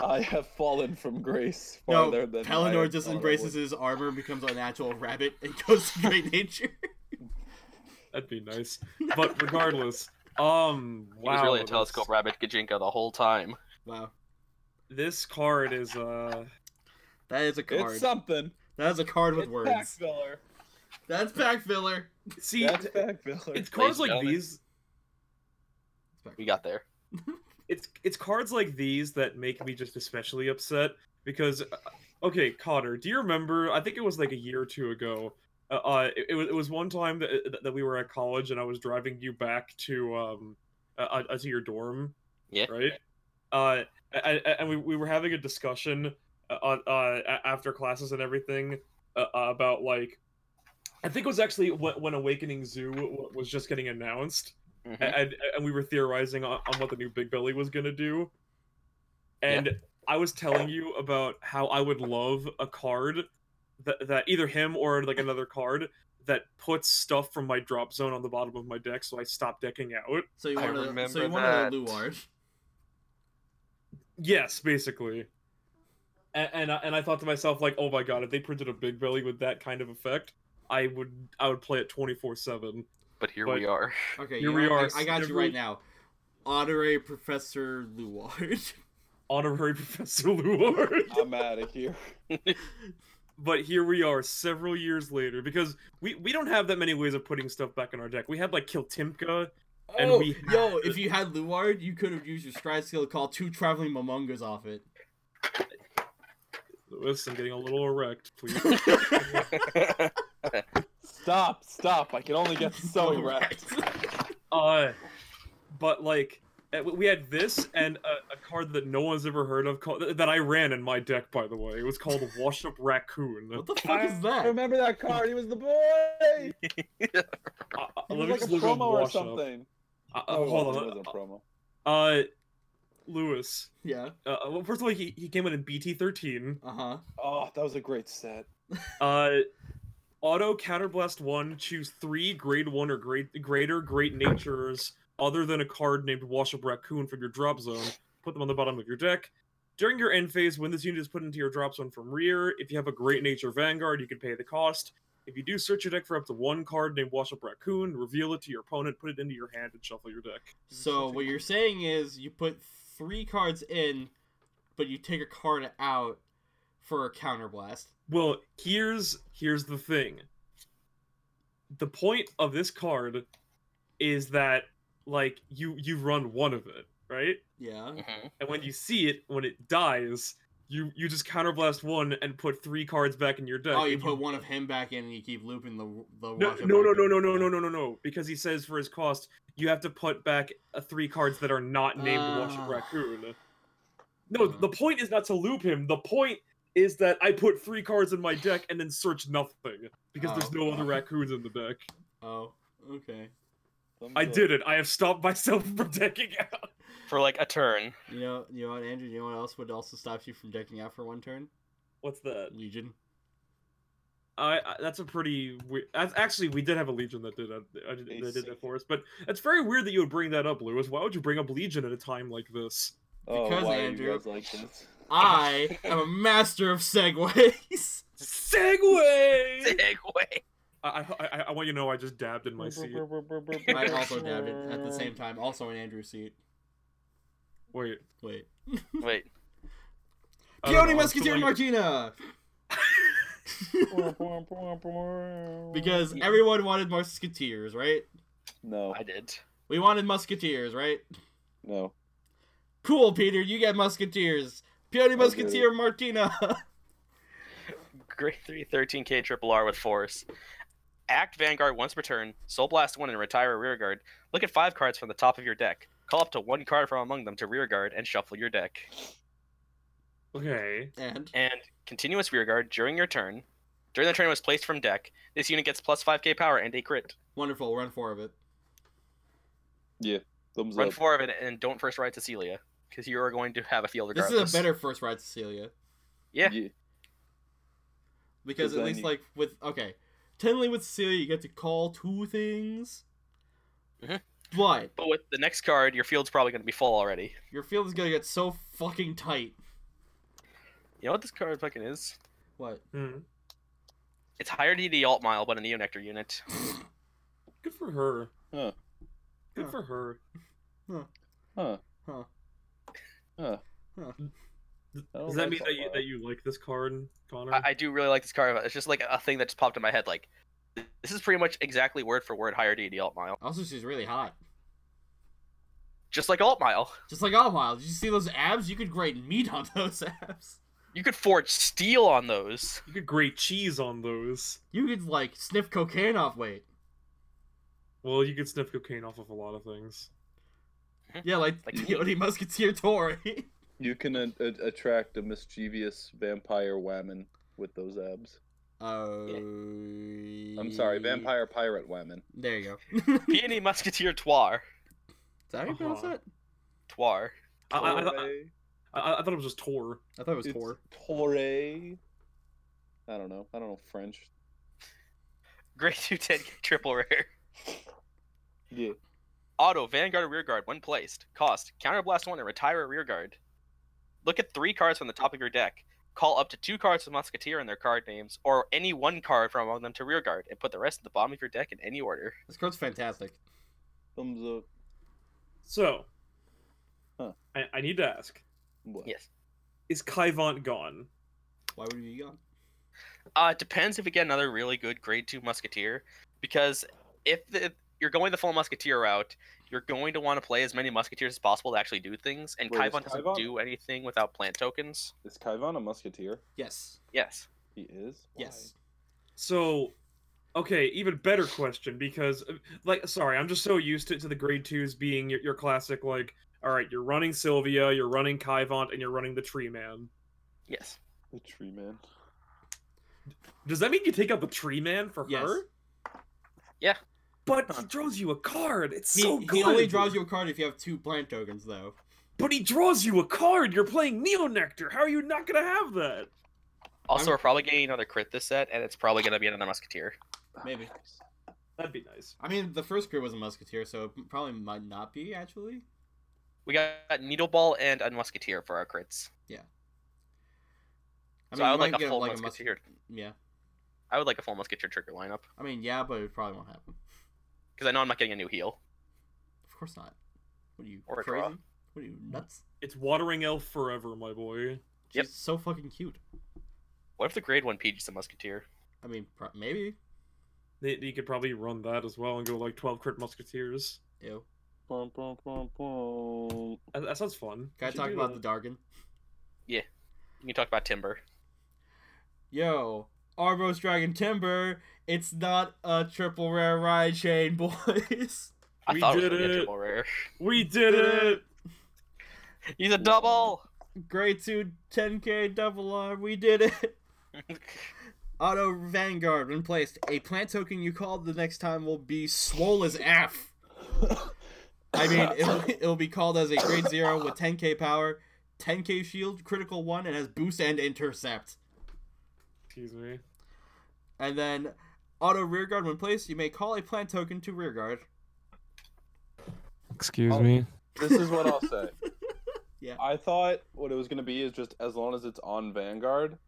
S2: I have fallen from grace
S4: No,
S2: farther than
S4: Palinor just embraces his armor, becomes an actual rabbit, and goes to great nature.
S3: That'd be nice. But regardless, um,
S1: He
S3: wow,
S1: was really a
S3: this-
S1: telescope rabbit Gajinka the whole time.
S4: Wow,
S3: This card is uh,
S4: that is a
S2: It's
S4: card.
S2: something.
S4: that is a card with
S2: It's
S4: words.
S2: Backfiller.
S4: That's pack filler.
S3: see,
S2: That's Backfiller.
S3: it's
S1: Ladies and
S3: cards like
S1: gentlemen.
S3: these.
S1: We got there.
S3: It's it's cards like these that make me just especially upset because, uh, okay, Connor, do you remember? I think it was like a year or two ago. Uh, uh it, it was it was one time that that we were at college and I was driving you back to um, uh, uh, to your dorm.
S1: Yeah.
S3: right? Uh, and, and we, we were having a discussion uh, uh, a- after classes and everything uh, uh, about like, I think it was actually when, when Awakening Zoo w- was just getting announced,
S1: Mhm.
S3: and and we were theorizing on, on what the new Big Belly was gonna do, and I was telling you about how I would love a card that that either him or like another card that puts stuff from my drop zone on the bottom of my deck, so I stop decking out.
S4: So you
S1: I
S4: want to? So
S1: remember
S4: you want
S1: that.
S4: a Luard?
S3: Yes, basically. And and I, and I thought to myself like, oh my god, if they printed a big belly with that kind of effect, I would I would play it twenty four seven.
S1: But here
S3: But-
S1: we are.
S4: Okay,
S3: Here
S4: you
S3: we
S4: know,
S3: are,
S4: I, I got you
S3: every-
S4: right now. Honorary Professor Luard.
S3: Honorary Professor Luard.
S2: I'm out of here.
S3: but here we are, several years later, because we we don't have that many ways of putting stuff back in our deck. We had like Kiltimka. And
S4: oh,
S3: we
S4: yo! If you had Luard, you could have used your stride skill to call two traveling Momongas off it.
S3: Lewis, I'm getting a little erect, please.
S1: Mm-hmm.
S2: Stop, stop. I can only get so erect.
S3: Uh, but like eh, we had this and a, a card that no one's ever heard of called, that I ran in my deck, by the way. It was called Washed Up Raccoon.
S4: What the fuck is that?
S2: Remember that card? He was the boy.
S3: Uh, uh,
S2: He was
S3: let me
S2: like a
S3: just look up
S2: promo or
S3: Wash Up.
S2: something.
S3: Uh, uh,
S2: No,
S3: hold
S2: Oh, it
S3: on.
S2: wasn't a promo.
S3: Uh, Lewis.
S4: Yeah.
S3: Uh, well, first of all, he, he came in in BT thirteen.
S4: Uh huh.
S2: Oh, that was a great set.
S3: Uh, auto counterblast one. Choose three grade one or grade greater great natures other than a card named Wash Up Raccoon from your drop zone. Put them on the bottom of your deck. During your end phase, when this unit is put into your drop zone from rear, if you have a Great Nature Vanguard, you can pay the cost. If you do search your deck for up to one card named Wash Up Raccoon, reveal it to your opponent, put it into your hand, and shuffle your deck.
S4: So what you're saying is you put three cards in, but you take a card out for a counter blast.
S3: Well, here's here's the thing. The point of this card is that like you you run one of it, right?
S4: Yeah.
S1: Mhm.
S3: And when you see it when it dies, you you just counterblast one and put three cards back in your deck.
S4: Oh, you
S3: and
S4: put one of him back in, and you keep looping the the.
S3: no,
S4: wash
S3: no, no,
S4: back
S3: no,
S4: in.
S3: no, no, no, no, no, no, because he says for his cost, you have to put back uh, three cards that are not named Wash
S4: Ah.
S3: Up Raccoon. No,
S4: Uh-huh.
S3: the point is not to loop him. The point is that I put three cards in my deck and then search nothing because there's
S4: Oh.
S3: no other raccoons in the deck.
S4: Oh, okay.
S2: Thumbs
S3: I
S2: up.
S3: did it. I have stopped myself from decking out.
S1: For like a turn.
S4: You know, you know what, Andrew? You know what else would also stop you from decking out for one turn?
S3: What's that?
S4: Legion.
S3: I, I that's a pretty weird. That's, actually, we did have a legion that did that. I did, that did that for us, but it's very weird that you would bring that up, Lewis. Why would you bring up legion at a time like this?
S2: Oh,
S4: Because,
S2: why are you
S4: Andrew-
S2: guys like this?
S4: I am a master of segues.
S3: Segway.
S1: Segway.
S3: I, I, I- I want you to know I just dabbed in my seat.
S4: I also dabbed it at the same time, also in Andrew's seat.
S3: Wait.
S4: Wait.
S1: Wait.
S3: I don't know,
S4: Peony
S3: I'm
S4: Musketeer
S3: feeling-
S4: Martina! because everyone wanted musketeers, right?
S2: No,
S1: I did.
S4: We wanted musketeers, right?
S2: no.
S4: Cool, Peter, you get musketeers. Peony
S2: I'll get
S4: Musketeer Martina!
S1: Grade 3 13k triple R with force. Act Vanguard once per turn, Soul Blast 1 and retire a rearguard. Look at 5 cards from the top of your deck. Call up to one card from among them to rearguard and shuffle your deck.
S3: Okay.
S4: and
S1: And continuous rearguard during your turn. During the turn it was placed from deck, this unit gets plus 5k power and a crit.
S4: wonderful, run four of it.
S2: Thumbs
S1: Run
S2: up.
S1: 4 of it and don't first ride Cecilia. because you are going to have a field
S4: This
S1: regardless.
S4: is a better first ride, Cecilia.
S1: Yeah.
S4: Because
S2: Because
S4: at
S2: then
S4: least
S2: you-
S4: like with okay, technically with Celia you get to call two things,
S2: Uh-huh.
S1: Mhm.
S4: but
S1: But with the next card, your field's probably going to be full already.
S4: your field is gonna get so fucking tight.
S1: You know what this card fucking is?
S4: What?
S3: Hmm.
S1: It's higher DD alt mile, but a neonectar unit.
S3: Good for her.
S2: Huh.
S3: Good
S4: Huh.
S3: for her.
S2: Huh.
S4: Huh.
S2: Huh.
S4: Huh.
S3: Th-
S2: I don't
S3: Does
S2: like
S3: that mean
S2: that
S3: that you
S2: one.
S3: that you like this card, Connor?
S1: I,
S4: Mm.
S1: I do really like this card. but It's just like a thing that just popped in my head. Like, this is pretty much exactly word for word higher DD alt mile,
S4: Also, she's really hot.
S1: just like alt mile.
S4: Just like Outwild. Did you see those abs? You could grate meat on those abs.
S1: You could forge steel on those.
S3: You could grate cheese on those.
S4: You could like sniff cocaine off weight.
S3: Well, you could sniff cocaine off of a lot of things.
S4: Yeah, like,
S1: Like-
S4: Peyote Musketeer Tory.
S2: You can a- a- attract a mischievous vampire whammon with those abs.
S4: Oh.
S2: I'm sorry, vampire pirate whammon.
S4: There you go. Is
S1: Peony musketeer Twar.
S4: that how you pronounce
S3: Uh-huh.
S4: that?
S1: Twar.
S3: I, I, I, thought- I, I thought it was just Tor.
S4: I thought it was
S2: It's
S4: Tor.
S2: Torre. I don't know. I don't know French.
S1: Grade 210 triple rare.
S2: Yeah.
S1: Auto, Vanguard, Rearguard, when placed. Cost, Counterblast 1 and retire a Rearguard. Look at three cards from the top of your deck. Call up to two cards with Musketeer in their card names, or any one card from among them to Rearguard, and put the rest at the bottom of your deck in any order.
S4: This card's fantastic.
S2: Thumbs up.
S3: So,
S2: Huh.
S3: I, I need to ask:
S2: What?
S1: Yes.
S3: Is Kaivant gone?
S4: Why would you be young?
S1: Uh, it depends if we get another really good Grade 2 Musketeer, because if, the, if you're going the full Musketeer route, you're going to want to play as many Musketeers as possible to actually do things, and
S2: Wait, is
S1: Kaivon doesn't
S2: Kaivon-
S1: do anything without plant tokens.
S2: Is Kaivan a musketeer?
S4: Yes.
S1: Yes.
S2: He is. Why?
S4: Yes.
S3: So, okay, even better question because, uh, like, sorry, I'm just so used to, to the grade twos being your, your classic, like, all right, you're running Sylvia, you're running Kaivant, and you're running the Tree Man.
S1: Yes.
S2: The tree man.
S3: Does that mean you take out the Tree Man for
S4: Yes.
S3: her?
S1: Yeah.
S3: But he draws you a card. It's
S4: He,
S3: so good.
S4: he only draws you a card if you have two plant tokens, though.
S3: But he draws you a card. You're playing Neo Nectar. How are you not gonna have that?
S1: Also,
S4: I'm-
S1: we're probably getting another crit this set, and it's probably going to be another Musketeer.
S4: Maybe.
S3: That'd be nice.
S4: I mean, the first crew was a musketeer, so it probably might not be actually.
S1: We got Needle Ball and a Musketeer for our crits.
S4: I mean,
S1: so I
S4: you
S1: would like
S4: might
S1: a
S4: get,
S1: full
S4: like, a mus-
S1: Musketeer.
S4: yeah,
S1: I would like a full Musketeer trigger lineup
S4: I mean, yeah, but it probably won't happen.
S1: because I know I'm not getting a new heal.
S4: Of course not. What are you
S1: Or a
S4: crazy?
S1: draw. Mm-hmm.
S4: What are you nuts?
S3: It's Watering Elf forever, my boy.
S4: She's
S1: Yep.
S4: so fucking cute.
S1: What if the grade one Peach is a Musketeer?
S4: I mean, pro- maybe.
S3: They- You could probably run that as well and go like 12 crit musketeers.
S4: Ew.
S2: Bum, bum, bum, bum.
S3: That, that sounds fun.
S4: Can I
S3: Should
S4: talk
S3: do
S4: about
S3: that.
S4: the Dargon?
S1: You can talk about Timber.
S4: Yo, Arbos Dragon Timber. It's not a triple rare ride chain, boys.
S1: I
S3: We
S1: thought it
S3: did
S1: was gonna be
S3: it.
S1: a double rare.
S3: We did it!
S1: He's a
S2: Wow.
S1: double.
S4: Grade 2 10k double R. We did it. Auto Vanguard, when placed, a plant token you call the next time will be swole as F. I mean, it'll, it'll be called as a grade zero with 10k power, 10k shield, critical one, and has boost and intercept.
S3: Excuse me.
S4: And then auto rearguard when placed, you may call a plant token to rearguard.
S5: Excuse
S2: Oh.
S5: me.
S2: this is what I'll say.
S4: Yeah.
S2: I thought what it was gonna be is just as long as it's on Vanguard,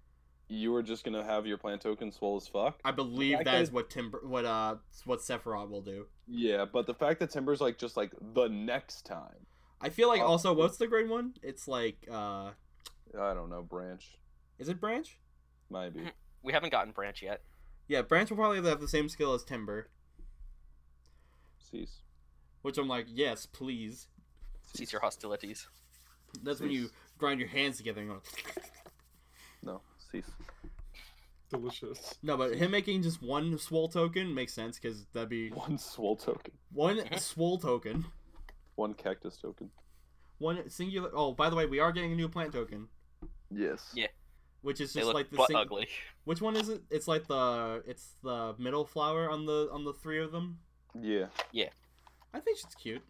S2: you were just gonna have your plant token swole as fuck.
S4: I believe
S2: That
S4: that
S2: guy-
S4: is what Timber, what uh, what Sephiroth will do.
S2: Yeah, but the fact that Timber's like just like the next time.
S4: I feel like
S2: Oh.
S4: also what's the grade one? It's like uh,
S2: I don't know, branch.
S4: is it Branch?
S2: Maybe.
S3: Hmm.
S1: we haven't gotten Branch yet.
S4: Yeah, Branch will probably have the same skill as Timber,
S2: Cease.
S4: which I'm like, yes, please.
S1: Cease your hostilities.
S4: That's when you grind your hands together and go.
S2: No, cease.
S3: Delicious.
S4: No, but him making just one swole token makes sense because that'd be
S2: One swole token.
S4: one swole token.
S2: One cactus token.
S4: One singular. Oh, by the way, we are getting a new plant token,
S2: Yes.
S1: Yeah.
S4: which is
S1: They
S4: just
S1: look
S4: like the
S1: butt
S4: sing-
S1: ugly.
S4: Which one is it? It's like the it's the middle flower on the on the three of them.
S2: Yeah.
S4: I think she's cute.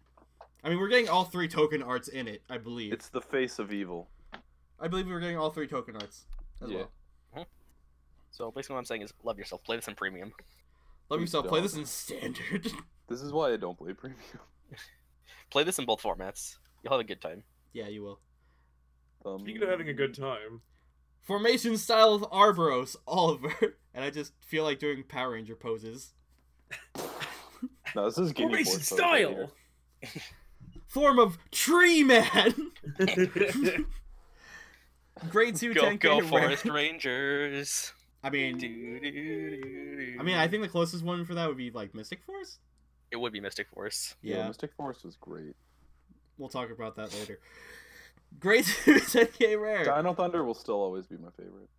S4: I I mean, we're getting all three token arts in it, I believe.
S5: It's the face of evil.
S4: I believe we were getting all three token arts as
S2: Yeah.
S4: well.
S1: So basically, what I'm saying is, love yourself. Play this in premium.
S4: Love
S2: Please
S4: yourself. Play
S2: don't.
S4: this in standard.
S2: This is why I don't play premium.
S1: Play this in both formats. You'll have a good time.
S4: yeah, you will.
S2: Um,
S3: Speaking of having a good time,
S4: Formation style of Arboros, Oliver. And I just feel like doing Power Ranger poses.
S2: No, this is guinea
S3: formation
S2: pork right here.
S3: style.
S4: Form of Tree Man. Grade two
S1: Go,
S4: tank.
S1: go,
S4: and rare.
S1: Forest Rangers.
S4: I mean,
S1: I
S4: I mean, I think the closest one for that would be like Mystic Force.
S1: it would be Mystic Force.
S2: Yeah. Mystic Force was great.
S4: we'll talk about that later. Grade two tank and rare.
S2: Dino Thunder will still always be my favorite.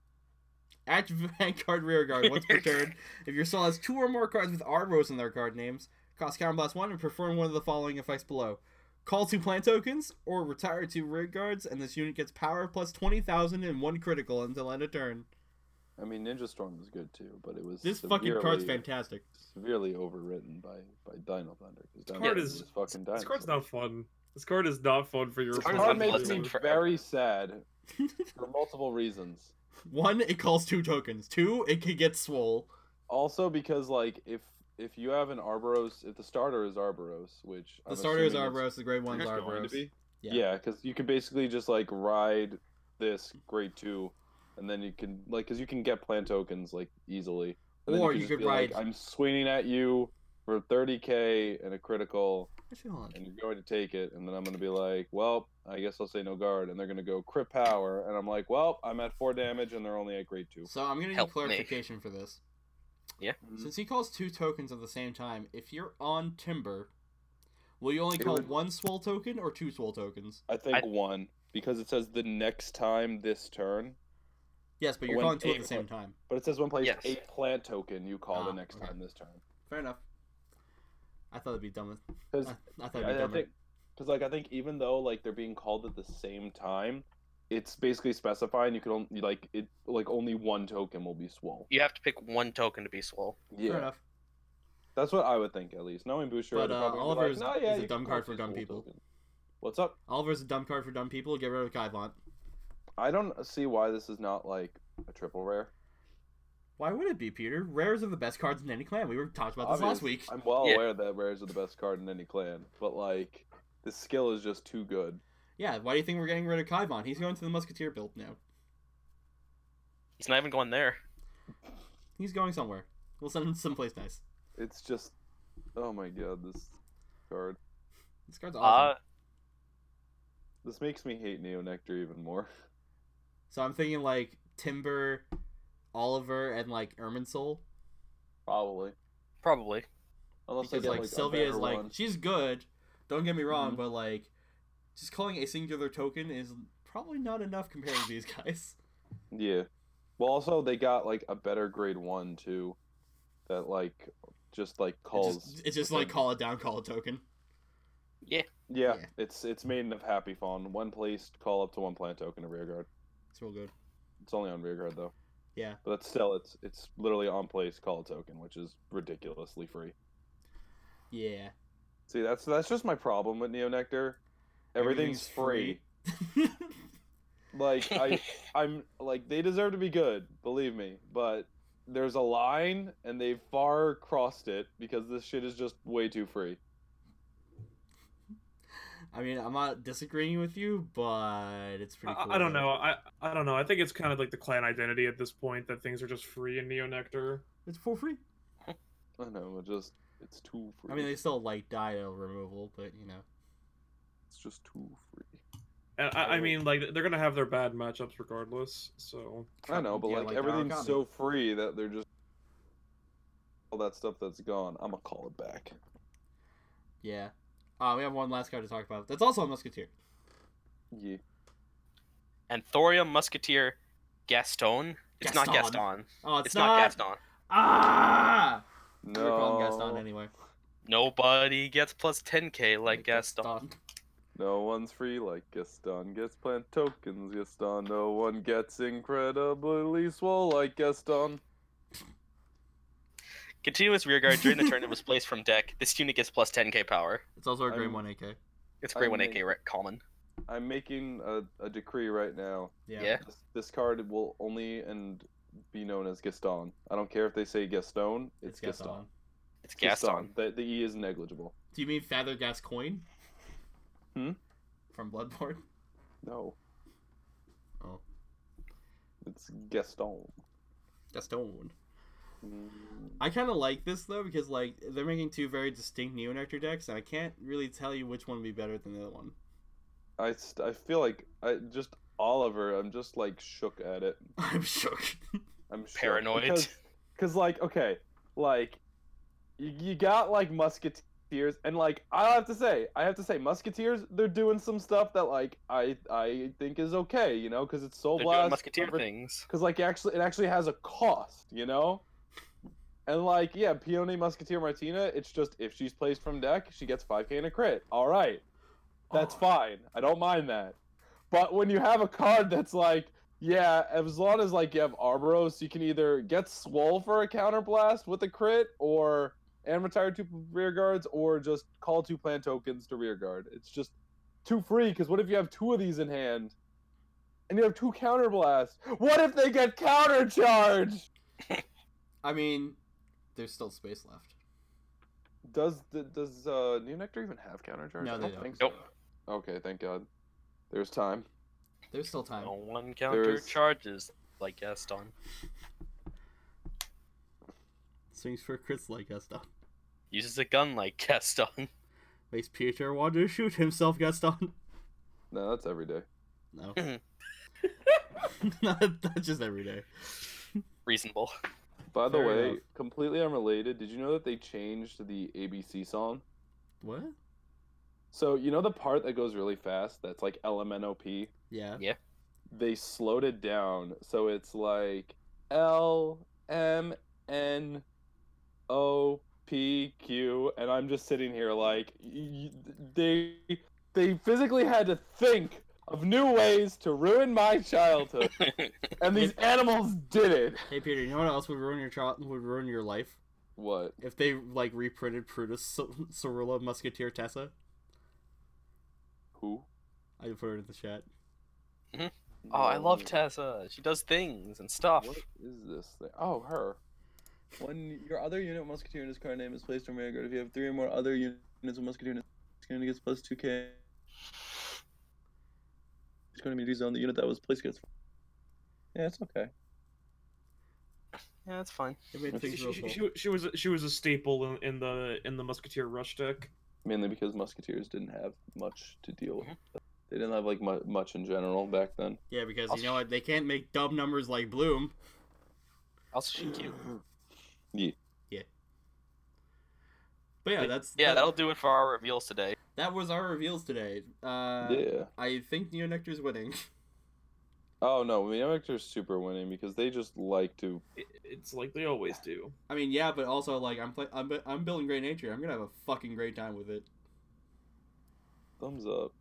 S4: Act Vanguard Rearguard once per turn. If your soul has two or more cards with Arbros in their card names, cost Counterblast 1 and perform one of the following effects below. Call two plant tokens or retire two rearguards, and this unit gets power plus 20,000 and one critical until end of turn.
S2: I mean, Ninja Storm was good too, but it was
S4: This fucking card's
S2: severely-
S4: fantastic.
S2: Severely overwritten by by Dino Thunder. 'cause Dino
S3: card
S2: Thunder
S3: is-
S2: was fucking Dino.
S3: this card's
S2: Thunder.
S3: not fun. This card is not fun for your
S1: This card
S2: This
S3: opponent.
S2: card
S1: is
S2: makes
S1: unpleasant
S2: me
S1: for
S2: very sad for multiple reasons.
S4: One, it calls two tokens. Two, it can get swole.
S2: Also, because like if if you have an Arboros, if the starter is Arboros, which
S4: The starter is Arbros, the grade one's
S3: There's going
S4: Arbros. Yeah.
S2: yeah, because you can basically just like ride this grade two, and then you can like because you can get plant tokens like easily. And then
S4: Or you
S2: just
S4: could
S2: be like,
S4: ride-
S2: I'm swinging at you for 30k and a critical,
S4: Actually, hold on.
S2: and you're going to take it, and then I'm going to be like, well, I guess I'll say no guard, and they're going to go crit power, and I'm like, well, I'm at four damage, and they're only at grade two.
S4: So I'm gonna need
S1: Help me.
S4: clarification for this.
S1: Yeah.
S4: Since he calls two tokens at the same time, if you're on timber, will you only
S2: It
S4: call
S2: would-
S4: one swole token or two swole tokens?
S2: I think
S1: I-
S2: one because it says the next time this turn,
S4: Yes, but you're
S2: When
S4: calling two at
S2: a-
S4: the same time.
S2: but it says when placed
S1: Yes.
S2: a plant token you call
S4: Ah,
S2: the next
S4: okay.
S2: time this turn
S4: Fair enough. I thought it'd be dumb. I, I
S2: 'Cause
S4: thought it'd be
S2: I, I
S4: dumber.
S2: think because like I think even though like they're being called at the same time, it's basically specifying you can only like it like only one token will be swole.
S1: You have to pick one token to be swole.
S2: Yeah,
S4: Fair enough.
S2: that's what I would think at least. Knowing Boucher,
S4: But,
S2: they'd
S4: uh,
S2: probably be
S4: Oliver
S2: like,
S4: is-
S2: "Nah, yeah,
S4: is a
S2: you
S4: dumb
S2: can
S4: card
S2: call
S4: for
S2: it
S4: dumb
S2: swole
S4: people."
S2: token." What's up?
S4: Oliver's a dumb card for dumb people. Get rid of Kaivant.
S2: I don't see why this is not like a triple rare.
S4: Why would it be, Peter? Rares are the best cards in any clan. We were talked about Uh, this last
S2: Obvious-
S4: week.
S2: I'm well
S1: Yeah.
S2: aware that rares are the best card in any clan, but like the skill is just too good.
S4: Yeah, why do you think we're getting rid of Kaivon? He's going to the Musketeer build now.
S1: He's not even going there.
S4: He's going somewhere. We'll send him someplace nice.
S2: It's just, oh my god, this card.
S4: This card's awesome.
S1: Uh,
S2: This makes me hate Neo Nectar even more.
S4: So I'm thinking like Timber, Oliver, and like Erminsoul.
S2: Probably.
S1: probably.
S2: Unless I
S4: Because
S2: get,
S4: like,
S2: like, a
S4: Sylvia is
S2: better
S4: like
S2: one.
S4: she's good. Don't get me wrong,
S2: Mhm.
S4: but like just calling a singular token is probably not enough compared to these guys.
S2: yeah. Well, also they got like a better grade one too, that like just like
S4: It's
S2: calls.
S4: just, it's just like call it down, call it token.
S2: Yeah,
S4: yeah.
S2: it's it's maiden of happy fawn. One placed, call up to one plant token a rear guard.
S4: It's real good.
S2: It's only on rear guard though.
S4: Yeah.
S2: But that's still it's it's literally on place call a token, which is ridiculously free.
S4: Yeah.
S2: See, that's that's just my problem with Neo Nectar. Everything's, free.
S4: free.
S2: Like I I'm like they deserve to be good, believe me, but there's a line and they've far crossed it because this shit is just way too free.
S4: I mean, I'm not disagreeing with you, but it's pretty
S3: I-
S4: cool.
S3: I, I don't
S4: though.
S3: know. I I don't know. I think it's kind of like the clan identity at this point that things are just free in Neo Nectar.
S4: It's for free.
S2: I know, it just it's too free.
S4: I mean, they still like Dio removal, but you know.
S2: it's just too free.
S3: And I, I
S2: Totally.
S3: mean, like they're gonna have their bad matchups regardless. So
S2: I know, but
S4: Yeah,
S2: like,
S4: like
S2: everything's
S4: Narukami.
S2: so free that they're just all that stuff that's gone. I'm gonna call it back.
S4: Yeah. Uh, we have one last card to talk about. That's also a Musketeer.
S2: Yeah.
S1: and Thorium Musketeer Gaston. It's not
S4: Gaston.
S1: Gaston.
S4: Oh,
S1: It's,
S4: it's,
S1: not, Gaston.
S4: Ah!
S2: No.
S4: We're calling Gaston anyway.
S1: Nobody gets plus 10k like Gaston.
S2: No one's free like Gaston gets plant tokens, Gaston. No one gets incredibly swole like Gaston.
S1: Continuous rearguard during the turn it was placed from deck. This unit gets plus 10k power.
S4: It's also a grade
S2: I'm-
S4: one AK.
S1: It's great when
S2: I'm
S1: AK re- common.
S2: I'm making a, a decree right now.
S1: Yeah.
S2: This, this card will only and be known as Gaston. I don't care if they say Gaston. It's, Gaston.
S1: It's Gaston.
S2: Gaston. The, the E is negligible.
S4: Do you mean Fathergas coin?
S2: Hmm?
S4: From Bloodborne?
S2: No.
S4: Oh.
S2: It's Gaston.
S4: Gaston.
S2: Mm.
S4: I kind of like this though because like they're making two very distinct Neonectar decks, and I can't really tell you which one would be better than the other one.
S2: I, st- I feel like I just Oliver. I'm just like shook at it.
S4: I'm shook.
S2: I'm shook.
S1: Paranoid.
S2: Because, 'cause, like okay, like you, you got like musketeers, and like I have to say, I have to say, musketeers. They're doing some stuff that like I I think is okay, you know, because it's Soul
S1: They're doing
S2: Blast.
S1: musketeer
S2: covered-
S1: things.
S2: because like actually it actually has a cost you know and like yeah peony musketeer martina it's just if she's placed from deck she gets 5k in a crit all right that's
S4: Oh.
S2: fine i don't mind that but when you have a card that's like yeah as long as like you have arboros you can either get swole for a counter blast with a crit or and retire two rear guards or just call two plan tokens to rear guard it's just too free because what if you have two of these in hand and you have two counter blasts. What if they get counter charged?
S4: I mean, there's still space left.
S2: Does the, does uh, New Nectar even have counter charge? I
S4: No, they
S2: don't,
S4: don't.
S2: think so.
S1: Nope.
S2: Okay, thank God. There's time.
S4: There's still time.
S1: No one counter
S2: is-
S1: charges like Gaston.
S4: Swings for crits like Gaston.
S1: Uses a gun like Gaston.
S4: Makes Peter want to shoot himself, Gaston.
S2: No, that's every day.
S4: No. Not- That's just every day.
S1: Reasonable.
S2: By the
S4: Fair
S2: way,
S4: enough.
S2: completely unrelated. Did you know that they changed the ABC song?
S4: What?
S2: So you know the part that goes really fast. That's like LMNOP.
S4: Yeah.
S2: They slowed it down, so it's like L M N O P Q, and I'm just sitting here like y- y- they they physically had to think of new ways to ruin my childhood, and these animals did it.
S4: Hey Peter, you know what else would ruin your child would ruin your life
S2: What?
S4: if they like reprinted Prudus Cer- Cerula Musketeer Tessa?
S2: Who?
S4: I put her in the chat.
S1: Oh, I love
S2: No.
S1: Tessa. She does things and stuff.
S2: What is this thing? Oh, her. When your other unit musketeer in his card name is placed on rear guard, if you have three or more other units with musketeer in his unit gets plus two K. It's going to be on the unit that was placed gets. Yeah, it's okay.
S1: Yeah, that's fine.
S4: It made
S3: She,
S4: things real
S3: she,
S4: cool.
S3: she, she was she was a staple in, in the in the Musketeer Rush deck.
S2: Mainly because musketeers didn't have much to deal with. They didn't have like mu- much in general back then.
S4: Yeah, because you know what? They can't make dumb numbers like Bloom.
S1: Also, she cute.
S4: But yeah, that's
S1: Yeah,
S4: that-
S1: that'll do it for our reveals today.
S4: that was our reveals today. Uh,
S2: yeah.
S4: I think Neonectar's winning.
S2: Oh no, Neonectar's super winning because they just like to.
S3: It, it's like they always do.
S4: I mean, yeah, but also like I'm play- I'm, bu- I'm building Great Nature. I'm gonna have a fucking great time with it.
S2: Thumbs up.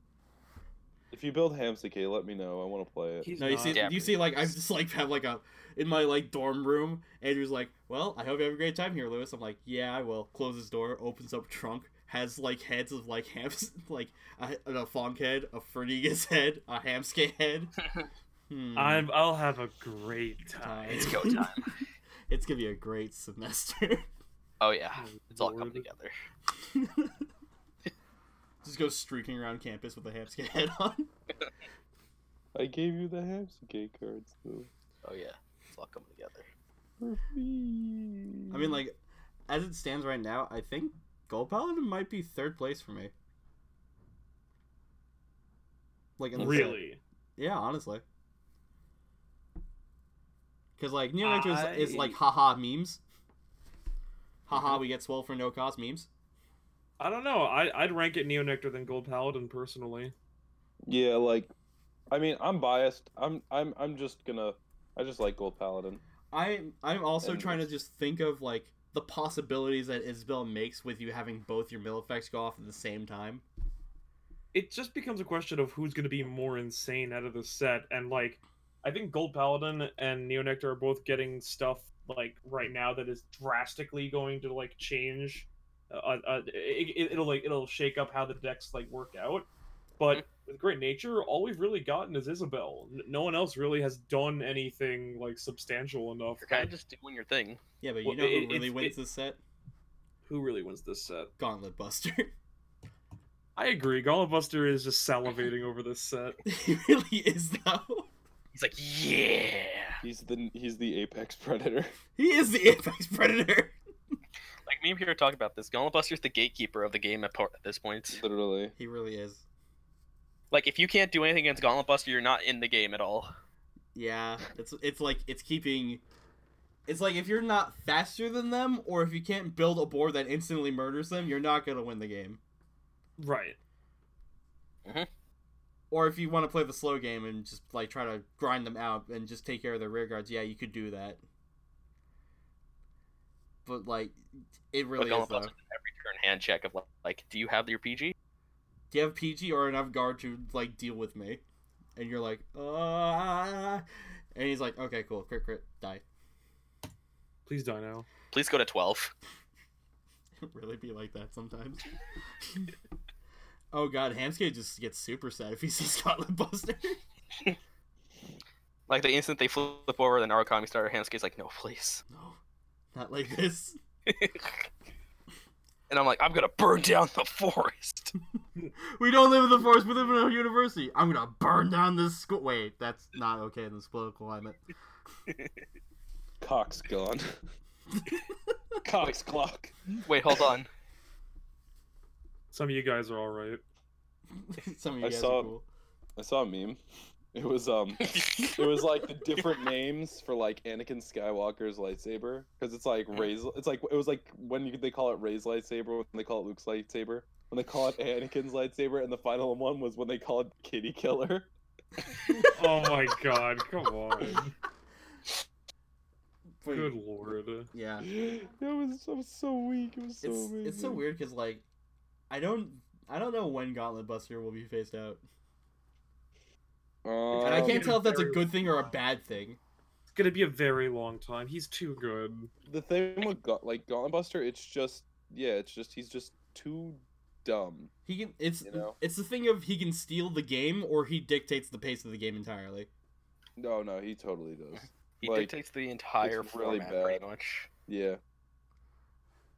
S2: If you build Hamsike, let me know. I want to play it.
S3: He's
S4: No, you
S3: not-
S4: see,
S1: Yeah.
S4: you see, like I just like have like a in my like dorm room. Andrew's like, "Well, I hope you have a great time here, Lewis." I'm like, "Yeah, I will." Closes door, opens up trunk, has like heads of like hams, like a, a Fonk head, a Fernigas head, a Hamske head. Hmm.
S3: I'm, I'll have a great time.
S4: It's
S1: go time.
S4: it's gonna be a great semester.
S1: Oh yeah, it's all coming
S3: Lord.
S1: together.
S4: just go streaking around campus with a Hamske head on.
S2: I gave you the Hamsike cards though.
S1: Oh yeah, it's all coming together.
S2: For free.
S4: I mean, like as it stands right now, I think Gold Paladin might be third place for me. Like in the set.
S3: Really?
S4: Yeah, honestly. Because, like, Neonectar is, is like,
S3: I-
S4: haha memes. Haha, we get swole for no cost memes.
S3: I don't know. I, I'd rank it Neonectar than Gold Paladin personally.
S2: Yeah, like I mean I'm biased. I'm I'm I'm just gonna I just like Gold Paladin.
S4: I, I'm also
S2: And-
S4: trying to just think of, like, the possibilities that Isabel makes with you having both your mill effects go off at the same time.
S3: It just becomes a question of who's going to be more insane out of the set. And, like, I think Gold Paladin and Neonectar are both getting stuff, like, right now that is drastically going to, like, change uh, uh, it, it- it'll like it'll shake up how the decks like work out. But with Great Nature, all we've really gotten is Isabel. N- No one else really has done anything like substantial enough.
S1: You're kind of just doing your thing.
S4: Yeah, but you
S3: Well,
S4: know who
S3: it-
S4: really
S3: it's-
S4: wins
S3: it-
S4: this set?
S3: Who really wins this set?
S4: Gauntlet Buster.
S3: I agree. Gauntlet Buster is just salivating over this set.
S4: he really is though.
S1: He's like, yeah.
S2: He's the he's the apex predator.
S4: He is the apex predator.
S1: Like me and Peter talk about this. Gauntlet Buster's the gatekeeper of the game at, par- at this point.
S2: Literally.
S4: He really is.
S1: Like if you can't do anything against Gauntlet Buster, you're not in the game at all.
S4: Yeah, it's it's like it's keeping. It's like if you're not faster than them, or if you can't build a board that instantly murders them, you're not gonna win the game.
S3: Right.
S4: Or if you want to play the slow game and just like try to grind them out and just take care of their rear guards, yeah, you could do that. But like, it really
S1: but
S4: is
S1: Gauntlet
S4: though.
S1: Buster's an every turn hand check of like, like, do you have your PG?
S4: do you have PG or enough guard to like deal with me? And you're like, uh, and he's like, okay, cool, crit, crit, die.
S3: Please die now.
S1: Please go to twelve.
S4: really be like that sometimes. oh god, Hamskate just gets super sad if he sees Scotland Buster.
S1: Like the instant they flip over, the Narukami starter Hansuke's like, no, please.
S4: no, not like this.
S1: And I'm like, I'm gonna burn down the forest.
S4: We don't live in the forest. We live in a university. I'm gonna burn down this school. Wait, that's not okay in this political climate.
S2: Cock's gone. Cock's clock.
S1: Wait, hold on.
S3: Some of you guys are all right.
S4: Some of you
S2: I
S4: guys
S2: saw-
S4: are cool.
S2: I saw a meme. It was um it was like the different names for like Anakin Skywalker's lightsaber because it's like
S4: Hmm.
S2: Ray's. It's like it was like when you, they call it Ray's lightsaber, when they call it Luke's lightsaber, when they call it Anakin's lightsaber, and the final one was when they called it Kitty Killer.
S3: Oh my god, come on.
S4: Wait,
S3: Good lord.
S4: Yeah,
S2: That was so, so weak. It was so
S4: it's it's so
S2: amazing.
S4: weird because like, I don't I don't know when Gauntlet Buster will be phased out, and I
S2: Um,
S4: can't tell if that's a
S3: very-
S4: good thing or a bad thing.
S3: It's gonna be a very long time. He's too good.
S2: The thing with Ga- like Gauntlet Buster, it's just yeah, it's just he's just too dumb.
S4: He can it's
S2: You know?
S4: it's the thing of he can steal the game or he dictates the pace of the game entirely.
S2: No, no, he totally does.
S1: He
S2: Like,
S1: dictates the entire
S2: it's really
S1: format
S2: bad.
S1: pretty much.
S2: Yeah.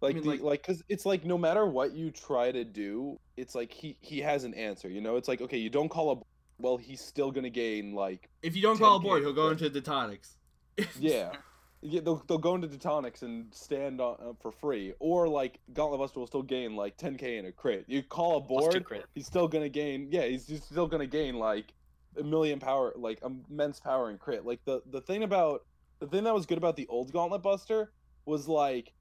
S2: Like
S4: mean,
S2: the,
S4: like-
S2: like cuz it's like no matter what you try to do, it's like he he has an answer, you know? It's like okay, you don't call a b- well, he's still going to gain like
S4: If you don't call a
S2: 10K,
S4: board, he'll go
S2: right?
S4: into detonics.
S2: yeah. Yeah, they'll, they'll go into Detonics and stand on, uh, for free, or like Gauntlet Buster will still gain like 10k in a crit. You call a
S1: Plus two
S2: board,
S1: crit.
S2: he's still gonna gain. Yeah, he's just still gonna gain like a million power, like immense power and crit. Like the the thing about the thing that was good about the old Gauntlet Buster was like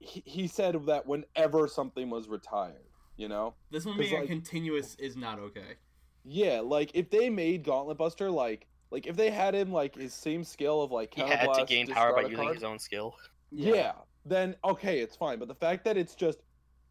S2: he, he said that whenever something was retired, you know.
S4: This one
S2: 'Cause,
S4: being a
S2: like-
S4: continuous is not okay.
S2: Yeah, like if they made Gauntlet Buster like like if they had him like his same skill of like
S1: He had to
S2: Counterblast,
S1: gain power by
S2: discard a
S1: using
S2: card,
S1: his own skill.
S2: yeah. then okay it's fine but the fact that it's just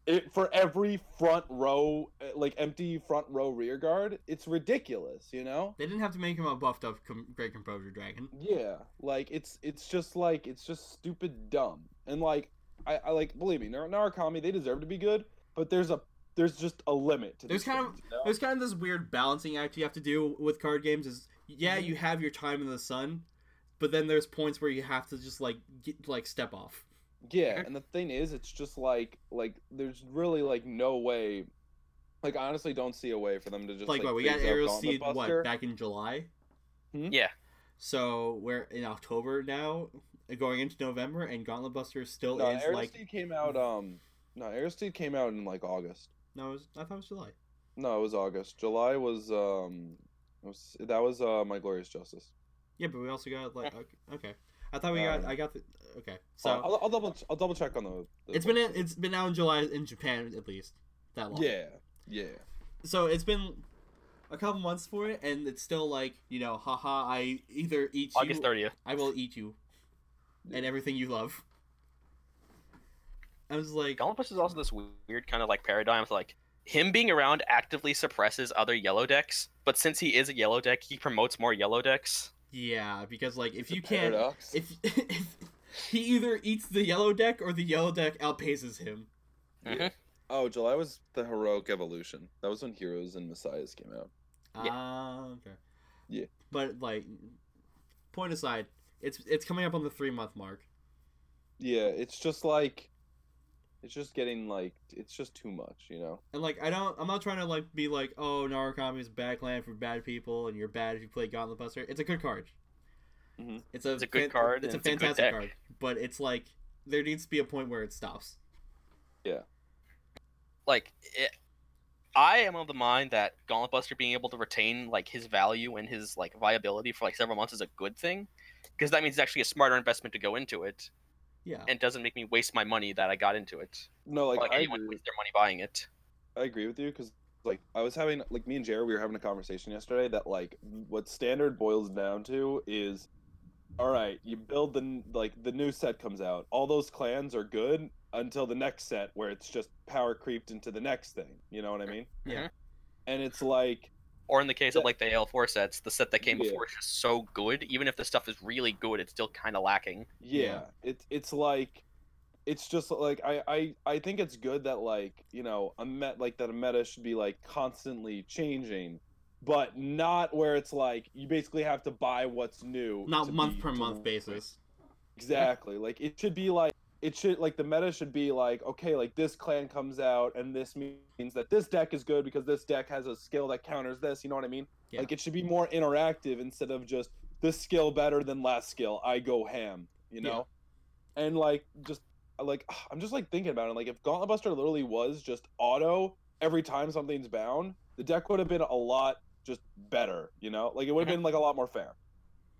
S2: it, for every front row uh, like empty front row rear guard it's ridiculous you know
S4: They didn't have to make him a buffed up com- Great Composure Dragon.
S2: yeah like it's it's just like it's just stupid dumb and like i, I like believe me Nar- narukami they deserve to be good but there's a there's just a limit to
S4: There's
S2: these
S4: kind of-
S2: things, you know?
S4: There's kind of this weird balancing act you have to do with card games is yeah, you have your time in the sun, but then there's points where you have to just like get, like step off.
S2: Yeah, and the thing is, it's just like like there's really like no way. Like I honestly, don't see a way for them to just
S4: like,
S2: like
S4: what we got
S2: phase out
S4: Aerial
S2: Gauntlet
S4: Seed what
S2: Buster. Hmm?
S4: back in July?
S1: Yeah.
S4: So we're in October now, going into November, and Gauntlet Buster still
S2: No,
S4: is
S2: Aerial
S4: like
S2: Seed came out. Um, no, Aerial Seed came out in like August.
S4: no, it was, I thought it was July.
S2: No, it was August. July was um, it was, that was uh my glorious justice.
S4: Yeah, but we also got like okay. okay. I thought we
S2: Um,
S4: got I got the okay. So
S2: So I'll, I'll double I'll double check on the. the
S4: it's been in, it's been out in July in Japan at least that long.
S2: yeah yeah
S4: So it's been a couple months for it, and it's still like you know, haha. I either eat
S1: August
S4: you,
S1: 30th.
S4: I will eat you, and everything you love. I was like,
S1: Gauntlet Buster is also this weird kind of like paradigm of like him being around actively suppresses other yellow decks, but since he is a yellow deck, he promotes more yellow decks.
S4: yeah, because like if
S2: It's a
S4: you can't,
S2: paradox.
S4: if, if he either eats the yellow deck or the yellow deck outpaces him.
S1: Mhm.
S2: Oh, July was the heroic evolution. That was when Heroes and Messiahs came out.
S1: Yeah.
S4: Ah, okay.
S2: Yeah.
S4: But like, point aside, it's it's coming up on the three month mark.
S2: Yeah, it's just like, it's just getting like, it's just too much, you know.
S4: And like I don't I'm not trying to like be like, oh Narukami is bad clan for bad people and you're bad if you play Gauntlet Buster. It's a good card.
S2: Mhm.
S4: It's a
S1: It's a good card
S4: It's a
S1: and it's a good
S4: fantastic
S1: deck.
S4: card. But it's like there needs to be a point where it stops.
S1: like it, I am of the mind that Gauntlet Buster being able to retain like his value and his like viability for like several months is a good thing because that means it's actually a smarter investment to go into it
S4: Yeah.
S1: and doesn't make me waste my money that I got into it.
S2: No, like,
S1: Like,
S2: I,
S1: anyone
S2: agree with,
S1: waste their money buying it.
S2: I agree with you because like I was having like me and Jared we were having a conversation yesterday that like what standard boils down to is, all right, you build the n- like the new set comes out, all those clans are good until the next set where it's just power creeped into the next thing. You know what I mean?
S4: Yeah.
S2: And it's like
S1: Or in the case of
S2: Yeah.
S1: like the AL4 sets, the set that came
S2: Yeah.
S1: before is just so good. Even if the stuff is really good, it's still kind of lacking.
S2: yeah, it's it's like it's just like I, I i think it's good that like you know a met like that a meta should be like constantly changing but not where it's like you basically have to buy what's new
S4: Not
S2: to
S4: month
S2: be-
S4: per
S2: to-
S4: month basis.
S2: exactly like it should be like it should like the meta should be like okay like this clan comes out and this means that this deck is good because this deck has a skill that counters this you know what i mean
S4: Yeah.
S2: like it should be more interactive instead of just this skill better than last skill i go ham you
S4: Yeah.
S2: know and like just like i'm just like thinking about it like if gauntlet buster literally was just auto every time something's bound the deck would have been a lot just better you know like it would have
S1: Mhm.
S2: been like a lot more fair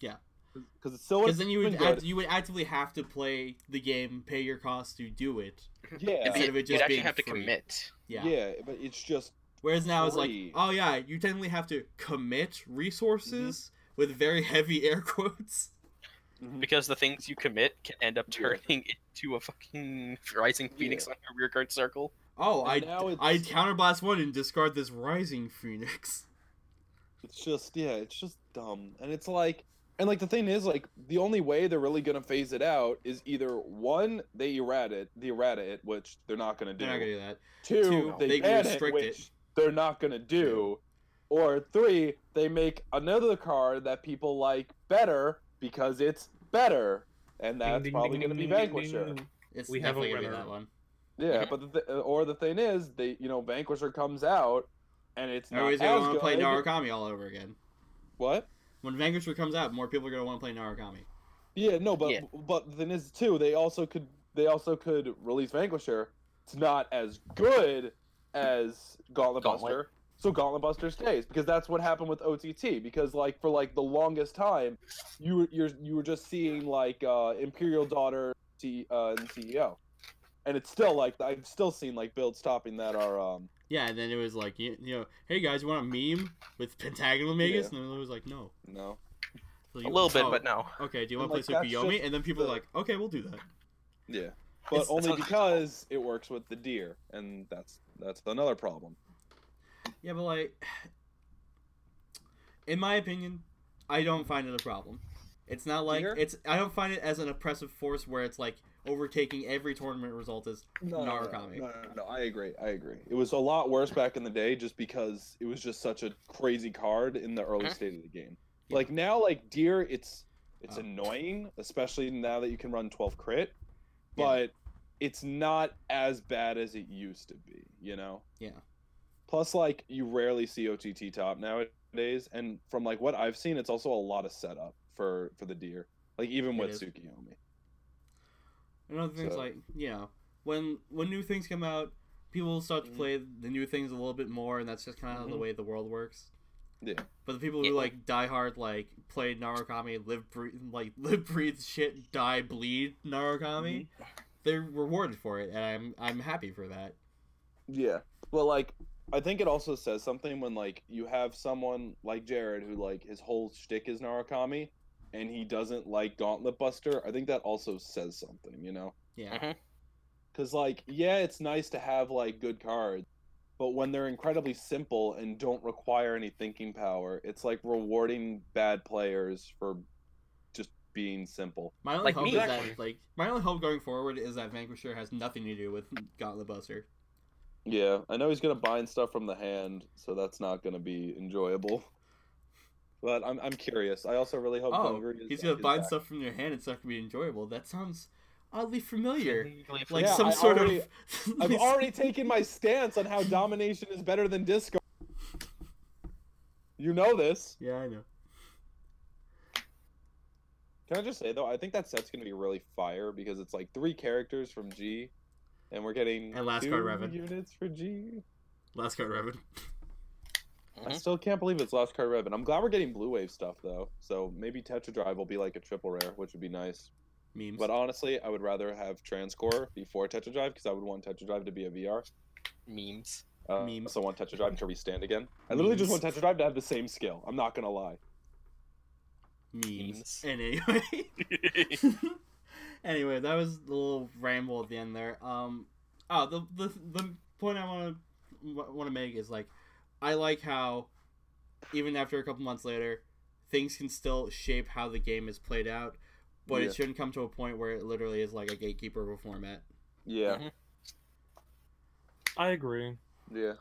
S4: Yeah.
S2: because it's still
S4: Because then you
S2: been
S4: would
S2: good.
S4: act, you would actively have to play the game, pay your costs to do it.
S2: yeah
S1: It'd be-
S4: Instead of it
S1: you'd
S4: just
S1: actually
S4: being
S1: have to
S4: free.
S1: commit.
S4: Yeah.
S2: Yeah, but it's just
S4: Whereas now it's like,
S2: free.
S4: oh yeah, you technically have to commit resources
S2: Mm-hmm.
S4: with very heavy air quotes.
S1: Because the things you commit can end up
S2: Yeah.
S1: turning into a fucking Rising Phoenix on your rear guard circle.
S4: Oh,
S2: And
S4: I
S2: now it's-
S4: I counterblast one and discard this rising phoenix.
S2: it's just yeah, it's just dumb. And it's like and like the thing is like the only way they're really gonna phase it out is either one, they errata it the errata it, which they're not gonna do.
S4: They're not gonna do that.
S2: 2
S4: Two,
S2: they,
S4: they
S2: ban it,
S4: restrict
S2: which
S4: it.
S2: they're not gonna do. Or three, they make another card that people like better because it's better. And that's probably going to be Vanquisher.
S4: It's
S3: We have a
S4: definitely gonna be
S3: winner.
S4: that one.
S2: Yeah,
S1: Mhm.
S2: but the th- or the thing is, they you know Vanquisher comes out, and it's not
S4: Everybody's
S2: as
S4: gonna want
S2: good.
S4: to play Narukami all over again.
S2: What?
S4: When Vanquisher comes out, more people are gonna want to play Narukami.
S2: Yeah, no, but
S1: Yeah.
S2: but the thing is too, they also could they also could release Vanquisher. It's not as good as Gauntlet,
S1: Gauntlet.
S2: Buster. So Gauntlet Buster stays because that's what happened with OTT. Because like for like the longest time, you were you're, you were just seeing like uh, Imperial Daughter C, uh, and CEO, and it's still like I've still seen like builds stopping that are um
S4: Yeah, and then it was like, you, you know, hey guys, you want a meme with pentagonal magus? And then it was like, no.
S2: no
S4: So
S1: A
S4: you-
S1: little bit,
S4: oh,
S1: but no.
S4: Okay, do you
S2: And,
S4: want to
S2: like,
S4: play
S2: that's
S4: Tsukuyomi?
S2: just
S4: And then people
S2: the-
S4: are like, okay, we'll do that.
S2: yeah, but
S4: It's-
S2: only
S1: it's-
S2: because it works with the deer, and that's that's another problem.
S4: Yeah, but like, in my opinion, I don't find it a problem. It's not like
S2: Here?
S4: it's. I don't find it as an oppressive force where it's like overtaking every tournament result is
S2: no, no, no,
S4: Narukami.
S2: No, no, no, I agree. I agree. It was a lot worse back in the day just because it was just such a crazy card in the early
S1: Mhm.
S2: state of the game.
S4: Yeah.
S2: Like now, like deer, it's it's
S4: Oh.
S2: annoying, especially now that you can run twelve crit,
S4: Yeah.
S2: but it's not as bad as it used to be. You know.
S4: Yeah.
S2: Plus, like you rarely see OTT top nowadays, and from like what I've seen, it's also a lot of setup for for the deer. Like even
S4: It
S2: with
S4: is.
S2: Tsukiyomi.
S4: Another thing's
S2: So-
S4: like, you know, when when new things come out, people start to
S2: Mhm.
S4: play the new things a little bit more, and that's just kind of the
S2: Mhm.
S4: way the world works.
S2: Yeah.
S4: But the people
S1: Yeah.
S4: who like die hard, like play Narukami, live breathe, like live breathe shit, die bleed Narukami,
S2: Mm-hmm.
S4: they're rewarded for it, and I'm I'm happy for that.
S2: Yeah. Well, like, I think it also says something when like you have someone like Jared who like his whole shtick is Narukami, and he doesn't like Gauntlet Buster. I think that also says something, you know?
S4: Yeah.
S1: Mhm.
S2: Because like, yeah, it's nice to have like good cards, but when they're incredibly simple and don't require any thinking power, it's like rewarding bad players for just being simple.
S4: My only
S1: Like
S4: hope
S1: me.
S4: is
S3: Exactly.
S4: that like my only hope going forward is that Vanquisher has nothing to do with Gauntlet Buster.
S2: Yeah, I know he's gonna bind stuff from the hand, so that's not gonna be enjoyable. But I'm, I'm curious. I also really hope
S4: Oh,
S2: Gungor is-
S4: he's gonna
S2: is
S4: bind
S2: back.
S4: stuff from your hand and stuff can be enjoyable. That sounds oddly familiar.
S1: Legally
S4: Like
S2: Yeah,
S4: some
S2: I
S4: sort
S2: already-
S4: of.
S2: I've already taken my stance on how domination is better than disco. You know this.
S4: Yeah, I know.
S2: Can I just say though, I think that set's gonna be really fire because it's like three characters from G, and we're getting
S4: And last
S2: two
S4: card Revan.
S2: units for G.
S4: Last card, Revan.
S2: I
S1: Mhm.
S2: still can't believe it's last card Revan. I'm glad we're getting blue wave stuff though, so maybe Tetra Drive will be like a triple rare, which would be nice.
S4: Memes.
S2: But honestly, I would rather have Transcore before Tetra Drive because I would want Tetra Drive to be a VR.
S1: memes.
S2: Uh, I
S4: Memes.
S2: also want Tetra Drive to restand again. I literally just want
S4: Memes.
S2: Tetra Drive to have the same skill. I'm not gonna lie.
S4: memes.
S1: Memes.
S4: And anyway, anyway, that was the little ramble at the end there. Um, oh, the the, the point I want to want to make is like, I like how, even after a couple months later, things can still shape how the game is played out, but
S2: Yeah.
S4: it shouldn't come to a point where it literally is like a gatekeeper of a format.
S2: Yeah,
S1: Mhm.
S3: I agree.
S2: yeah.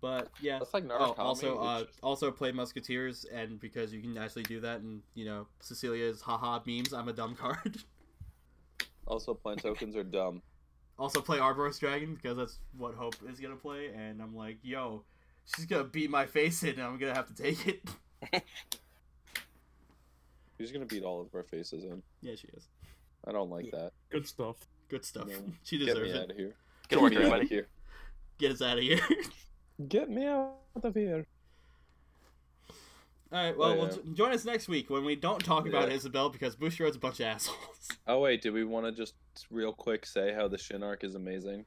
S4: But yeah.
S2: That's like
S4: Mm-hmm. Oh,
S2: Narukami.
S4: also,
S2: It's
S4: uh, also play Musketeers, and because you can actually do that, and you know Cecilia's haha memes. I'm a dumb card. uh,
S2: Also, plant tokens are dumb.
S4: also play Arboros Dragon because that's what Hope is gonna play, and I'm like, yo, she's gonna beat my face in, and I'm gonna have to take it.
S2: He's gonna beat all of our faces in.
S4: Yeah, she is.
S2: I don't like that.
S3: Good stuff.
S4: Good stuff.
S2: Yeah.
S4: She
S2: Get
S4: deserves
S2: me
S4: it.
S2: out of here.
S1: Good work,
S2: Get me outta
S1: everybody.
S2: here.
S4: Get us out of here.
S2: Get me out of here.
S4: All right, well,
S2: Oh,
S4: well,
S2: yeah.
S4: jo- join us next week when we don't talk about
S2: Yeah.
S4: Isabel because Bushiroad's a bunch of assholes.
S2: Oh wait, do we want to just real quick say how the Shin arc is amazing?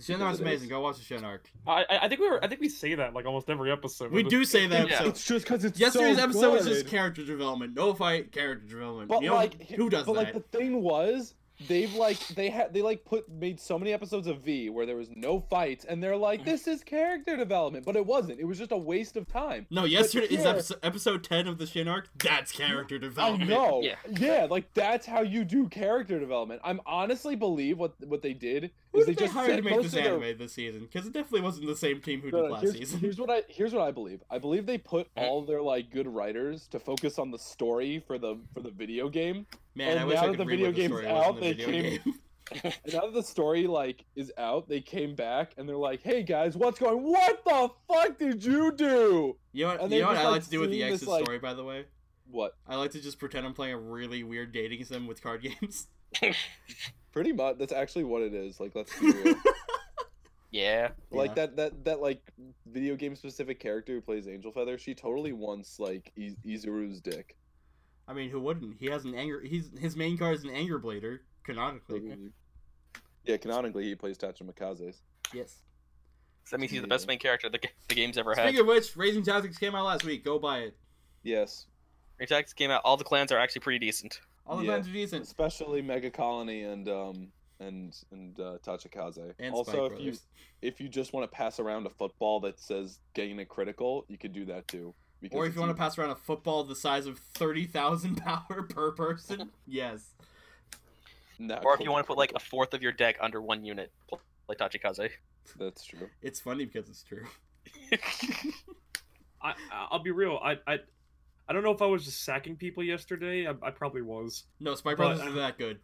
S4: Shen
S2: Because
S4: Ark's
S2: it is.
S4: amazing. Go watch the Shen Arc.
S3: I I I think we were I think we say that like almost every episode.
S4: We do say that
S1: Yeah.
S4: episode.
S2: just because it's
S4: Yesterday's episode was just character development. No fight, character development.
S2: But
S4: You know,
S2: like,
S4: who does
S2: but like
S4: that?
S2: the thing was, they've like they had they like put made so many episodes of V where there was no fights, and they're like, this is character development, but it wasn't. It was just a waste of time.
S4: no, yesterday is
S2: here-
S4: episode, episode 10 of the Shin Arc. That's character
S2: I
S4: development.
S2: know. Yeah.
S1: Yeah.
S2: like that's how you do character development. I'm honestly believe what what they did
S4: Who
S2: is
S4: did
S2: they
S4: they,
S2: just
S4: hire
S2: said
S4: to make
S2: most
S4: this
S2: of their-
S4: anime this season? Because it definitely wasn't the same team who
S2: No,
S4: did
S2: no,
S4: last
S2: Uh, here's,
S4: season.
S2: here's what I here's what I believe. I believe they put
S1: Mhm.
S2: all their like good writers to focus on the story for the for the video game.
S4: Man, I
S2: and
S4: wish
S2: now
S4: I
S2: that
S4: could
S2: the
S4: read
S2: video
S4: what the
S2: game's
S4: story was
S2: out,
S4: in
S2: they
S4: the video
S2: came-
S4: game.
S2: And now that the story like is out, they came back and they're like, "Hey guys, what's going? What the fuck did you do?
S4: You know what,
S2: And
S4: you
S2: they
S4: know what
S2: just,
S4: I
S2: like,
S4: like to do with the
S2: seeing this,
S4: X's
S2: like-
S4: story, by the way?
S2: What?
S4: I like to just pretend I'm playing a really weird dating sim with card games.
S2: Pretty much. That's actually what it is. Like, let's be real.
S1: Yeah.
S4: Yeah.
S2: like that that that like video game specific character who plays Angel Feather. She totally wants like I- Izuru's dick.
S4: I mean, who wouldn't? He has an anger. He's his main card is an anger blader, canonically.
S2: Yeah, canonically he plays Tachimikaze's.
S4: Yes.
S1: So that means he's the best
S2: Yeah.
S1: main character the, g- the game's ever had.
S4: Speaking of which, Raising Tactics came out last week. Go buy it.
S2: Yes,
S1: Your tactics came out. All the clans are actually pretty decent.
S4: All the
S2: Yeah.
S4: plans are decent.
S2: especially Mega Colony and um and and uh, Tachikaze.
S4: And Spike
S2: also, if you
S4: Brothers.
S2: if you just want to pass around a football that says getting a critical, you could do that too. Because
S4: or if
S2: it's
S4: you want to
S2: easy.
S4: pass around a football the size of 30,000 power per person. yes.
S2: Not
S1: Or if you
S2: Uh, cool.
S1: want to put like a fourth of your deck under one unit, pl- like Tachikaze.
S2: that's true.
S4: It's funny because it's true.
S3: I I- I'll be real. I I I don't know if I was just sacking people yesterday. I, I probably was.
S4: No, Spike
S3: But-
S4: Brothers is that good.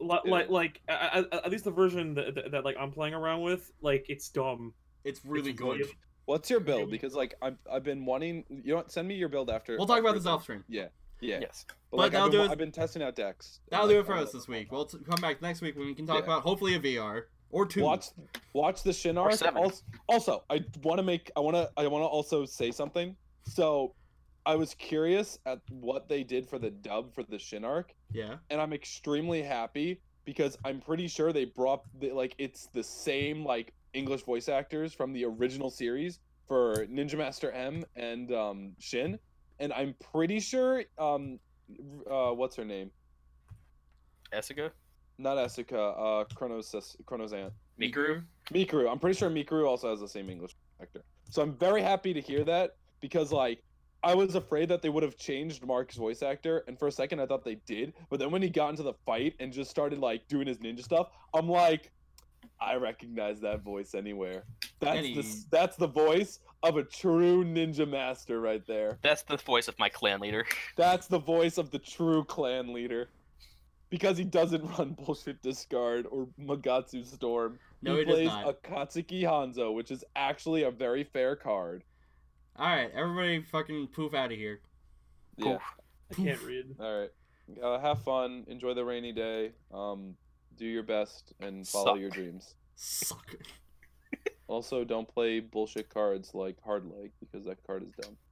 S3: Like
S2: Yeah.
S3: like like I, I- at least the version that, that, that like I'm playing around with. Like it's dumb.
S4: It's really
S3: It's
S4: good.
S3: really-
S2: What's your build?
S3: Really?
S2: Because like I've, I've been wanting. You know what? Send me your build after.
S4: We'll talk about
S2: after
S4: this off stream.
S2: Yeah,
S1: Yes.
S2: But,
S4: But
S2: like,
S4: that'll
S2: I've,
S4: do
S2: been,
S4: us-
S2: I've been testing out decks. and,
S4: That'll
S2: like,
S4: do it for
S2: I
S4: us
S2: don't-
S4: this week. We'll t- come back next week when we can talk
S2: Yeah.
S4: about hopefully a VR or two.
S2: Watch, watch the Shin arc.
S1: seven.
S2: Also, also, I want to make. I want to. I want to also say something. So, I was curious at what they did for the dub for the Shin arc,
S4: Yeah.
S2: and I'm extremely happy because I'm pretty sure they brought the, like it's the same like English voice actors from the original series for Ninja Master M and um, Shin, and I'm pretty sure um, uh, what's her name?
S1: Esuga?
S2: Not Asuka, uh, Chronos Chronos Aunt.
S1: Mikuru?
S2: Mikuru. I'm pretty sure Mikuru also has the same English actor. So I'm very happy to hear that because like I was afraid that they would have changed Mark's voice actor, and for a second I thought they did. But then when he got into the fight and just started like doing his ninja stuff, I'm like, I recognize that voice anywhere. That's
S4: And
S2: the
S4: he-
S2: that's the voice of a true ninja master right there.
S1: That's the voice of my clan leader.
S2: That's the voice of the true clan leader. Because he doesn't run bullshit discard or Magatsu Storm.
S4: No,
S2: he
S4: he does
S2: plays
S4: not.
S2: Akatsuki Hanzo, which is actually a very fair card.
S4: All right, everybody, fucking poof out of here.
S1: Cool.
S3: I can't read.
S2: Yeah. All right. Uh, have fun. Enjoy the rainy day. Um, do your best and follow
S1: Suck.
S2: your dreams.
S4: Sucker.
S2: Also, don't play bullshit cards like Hard Leg because that card is dumb.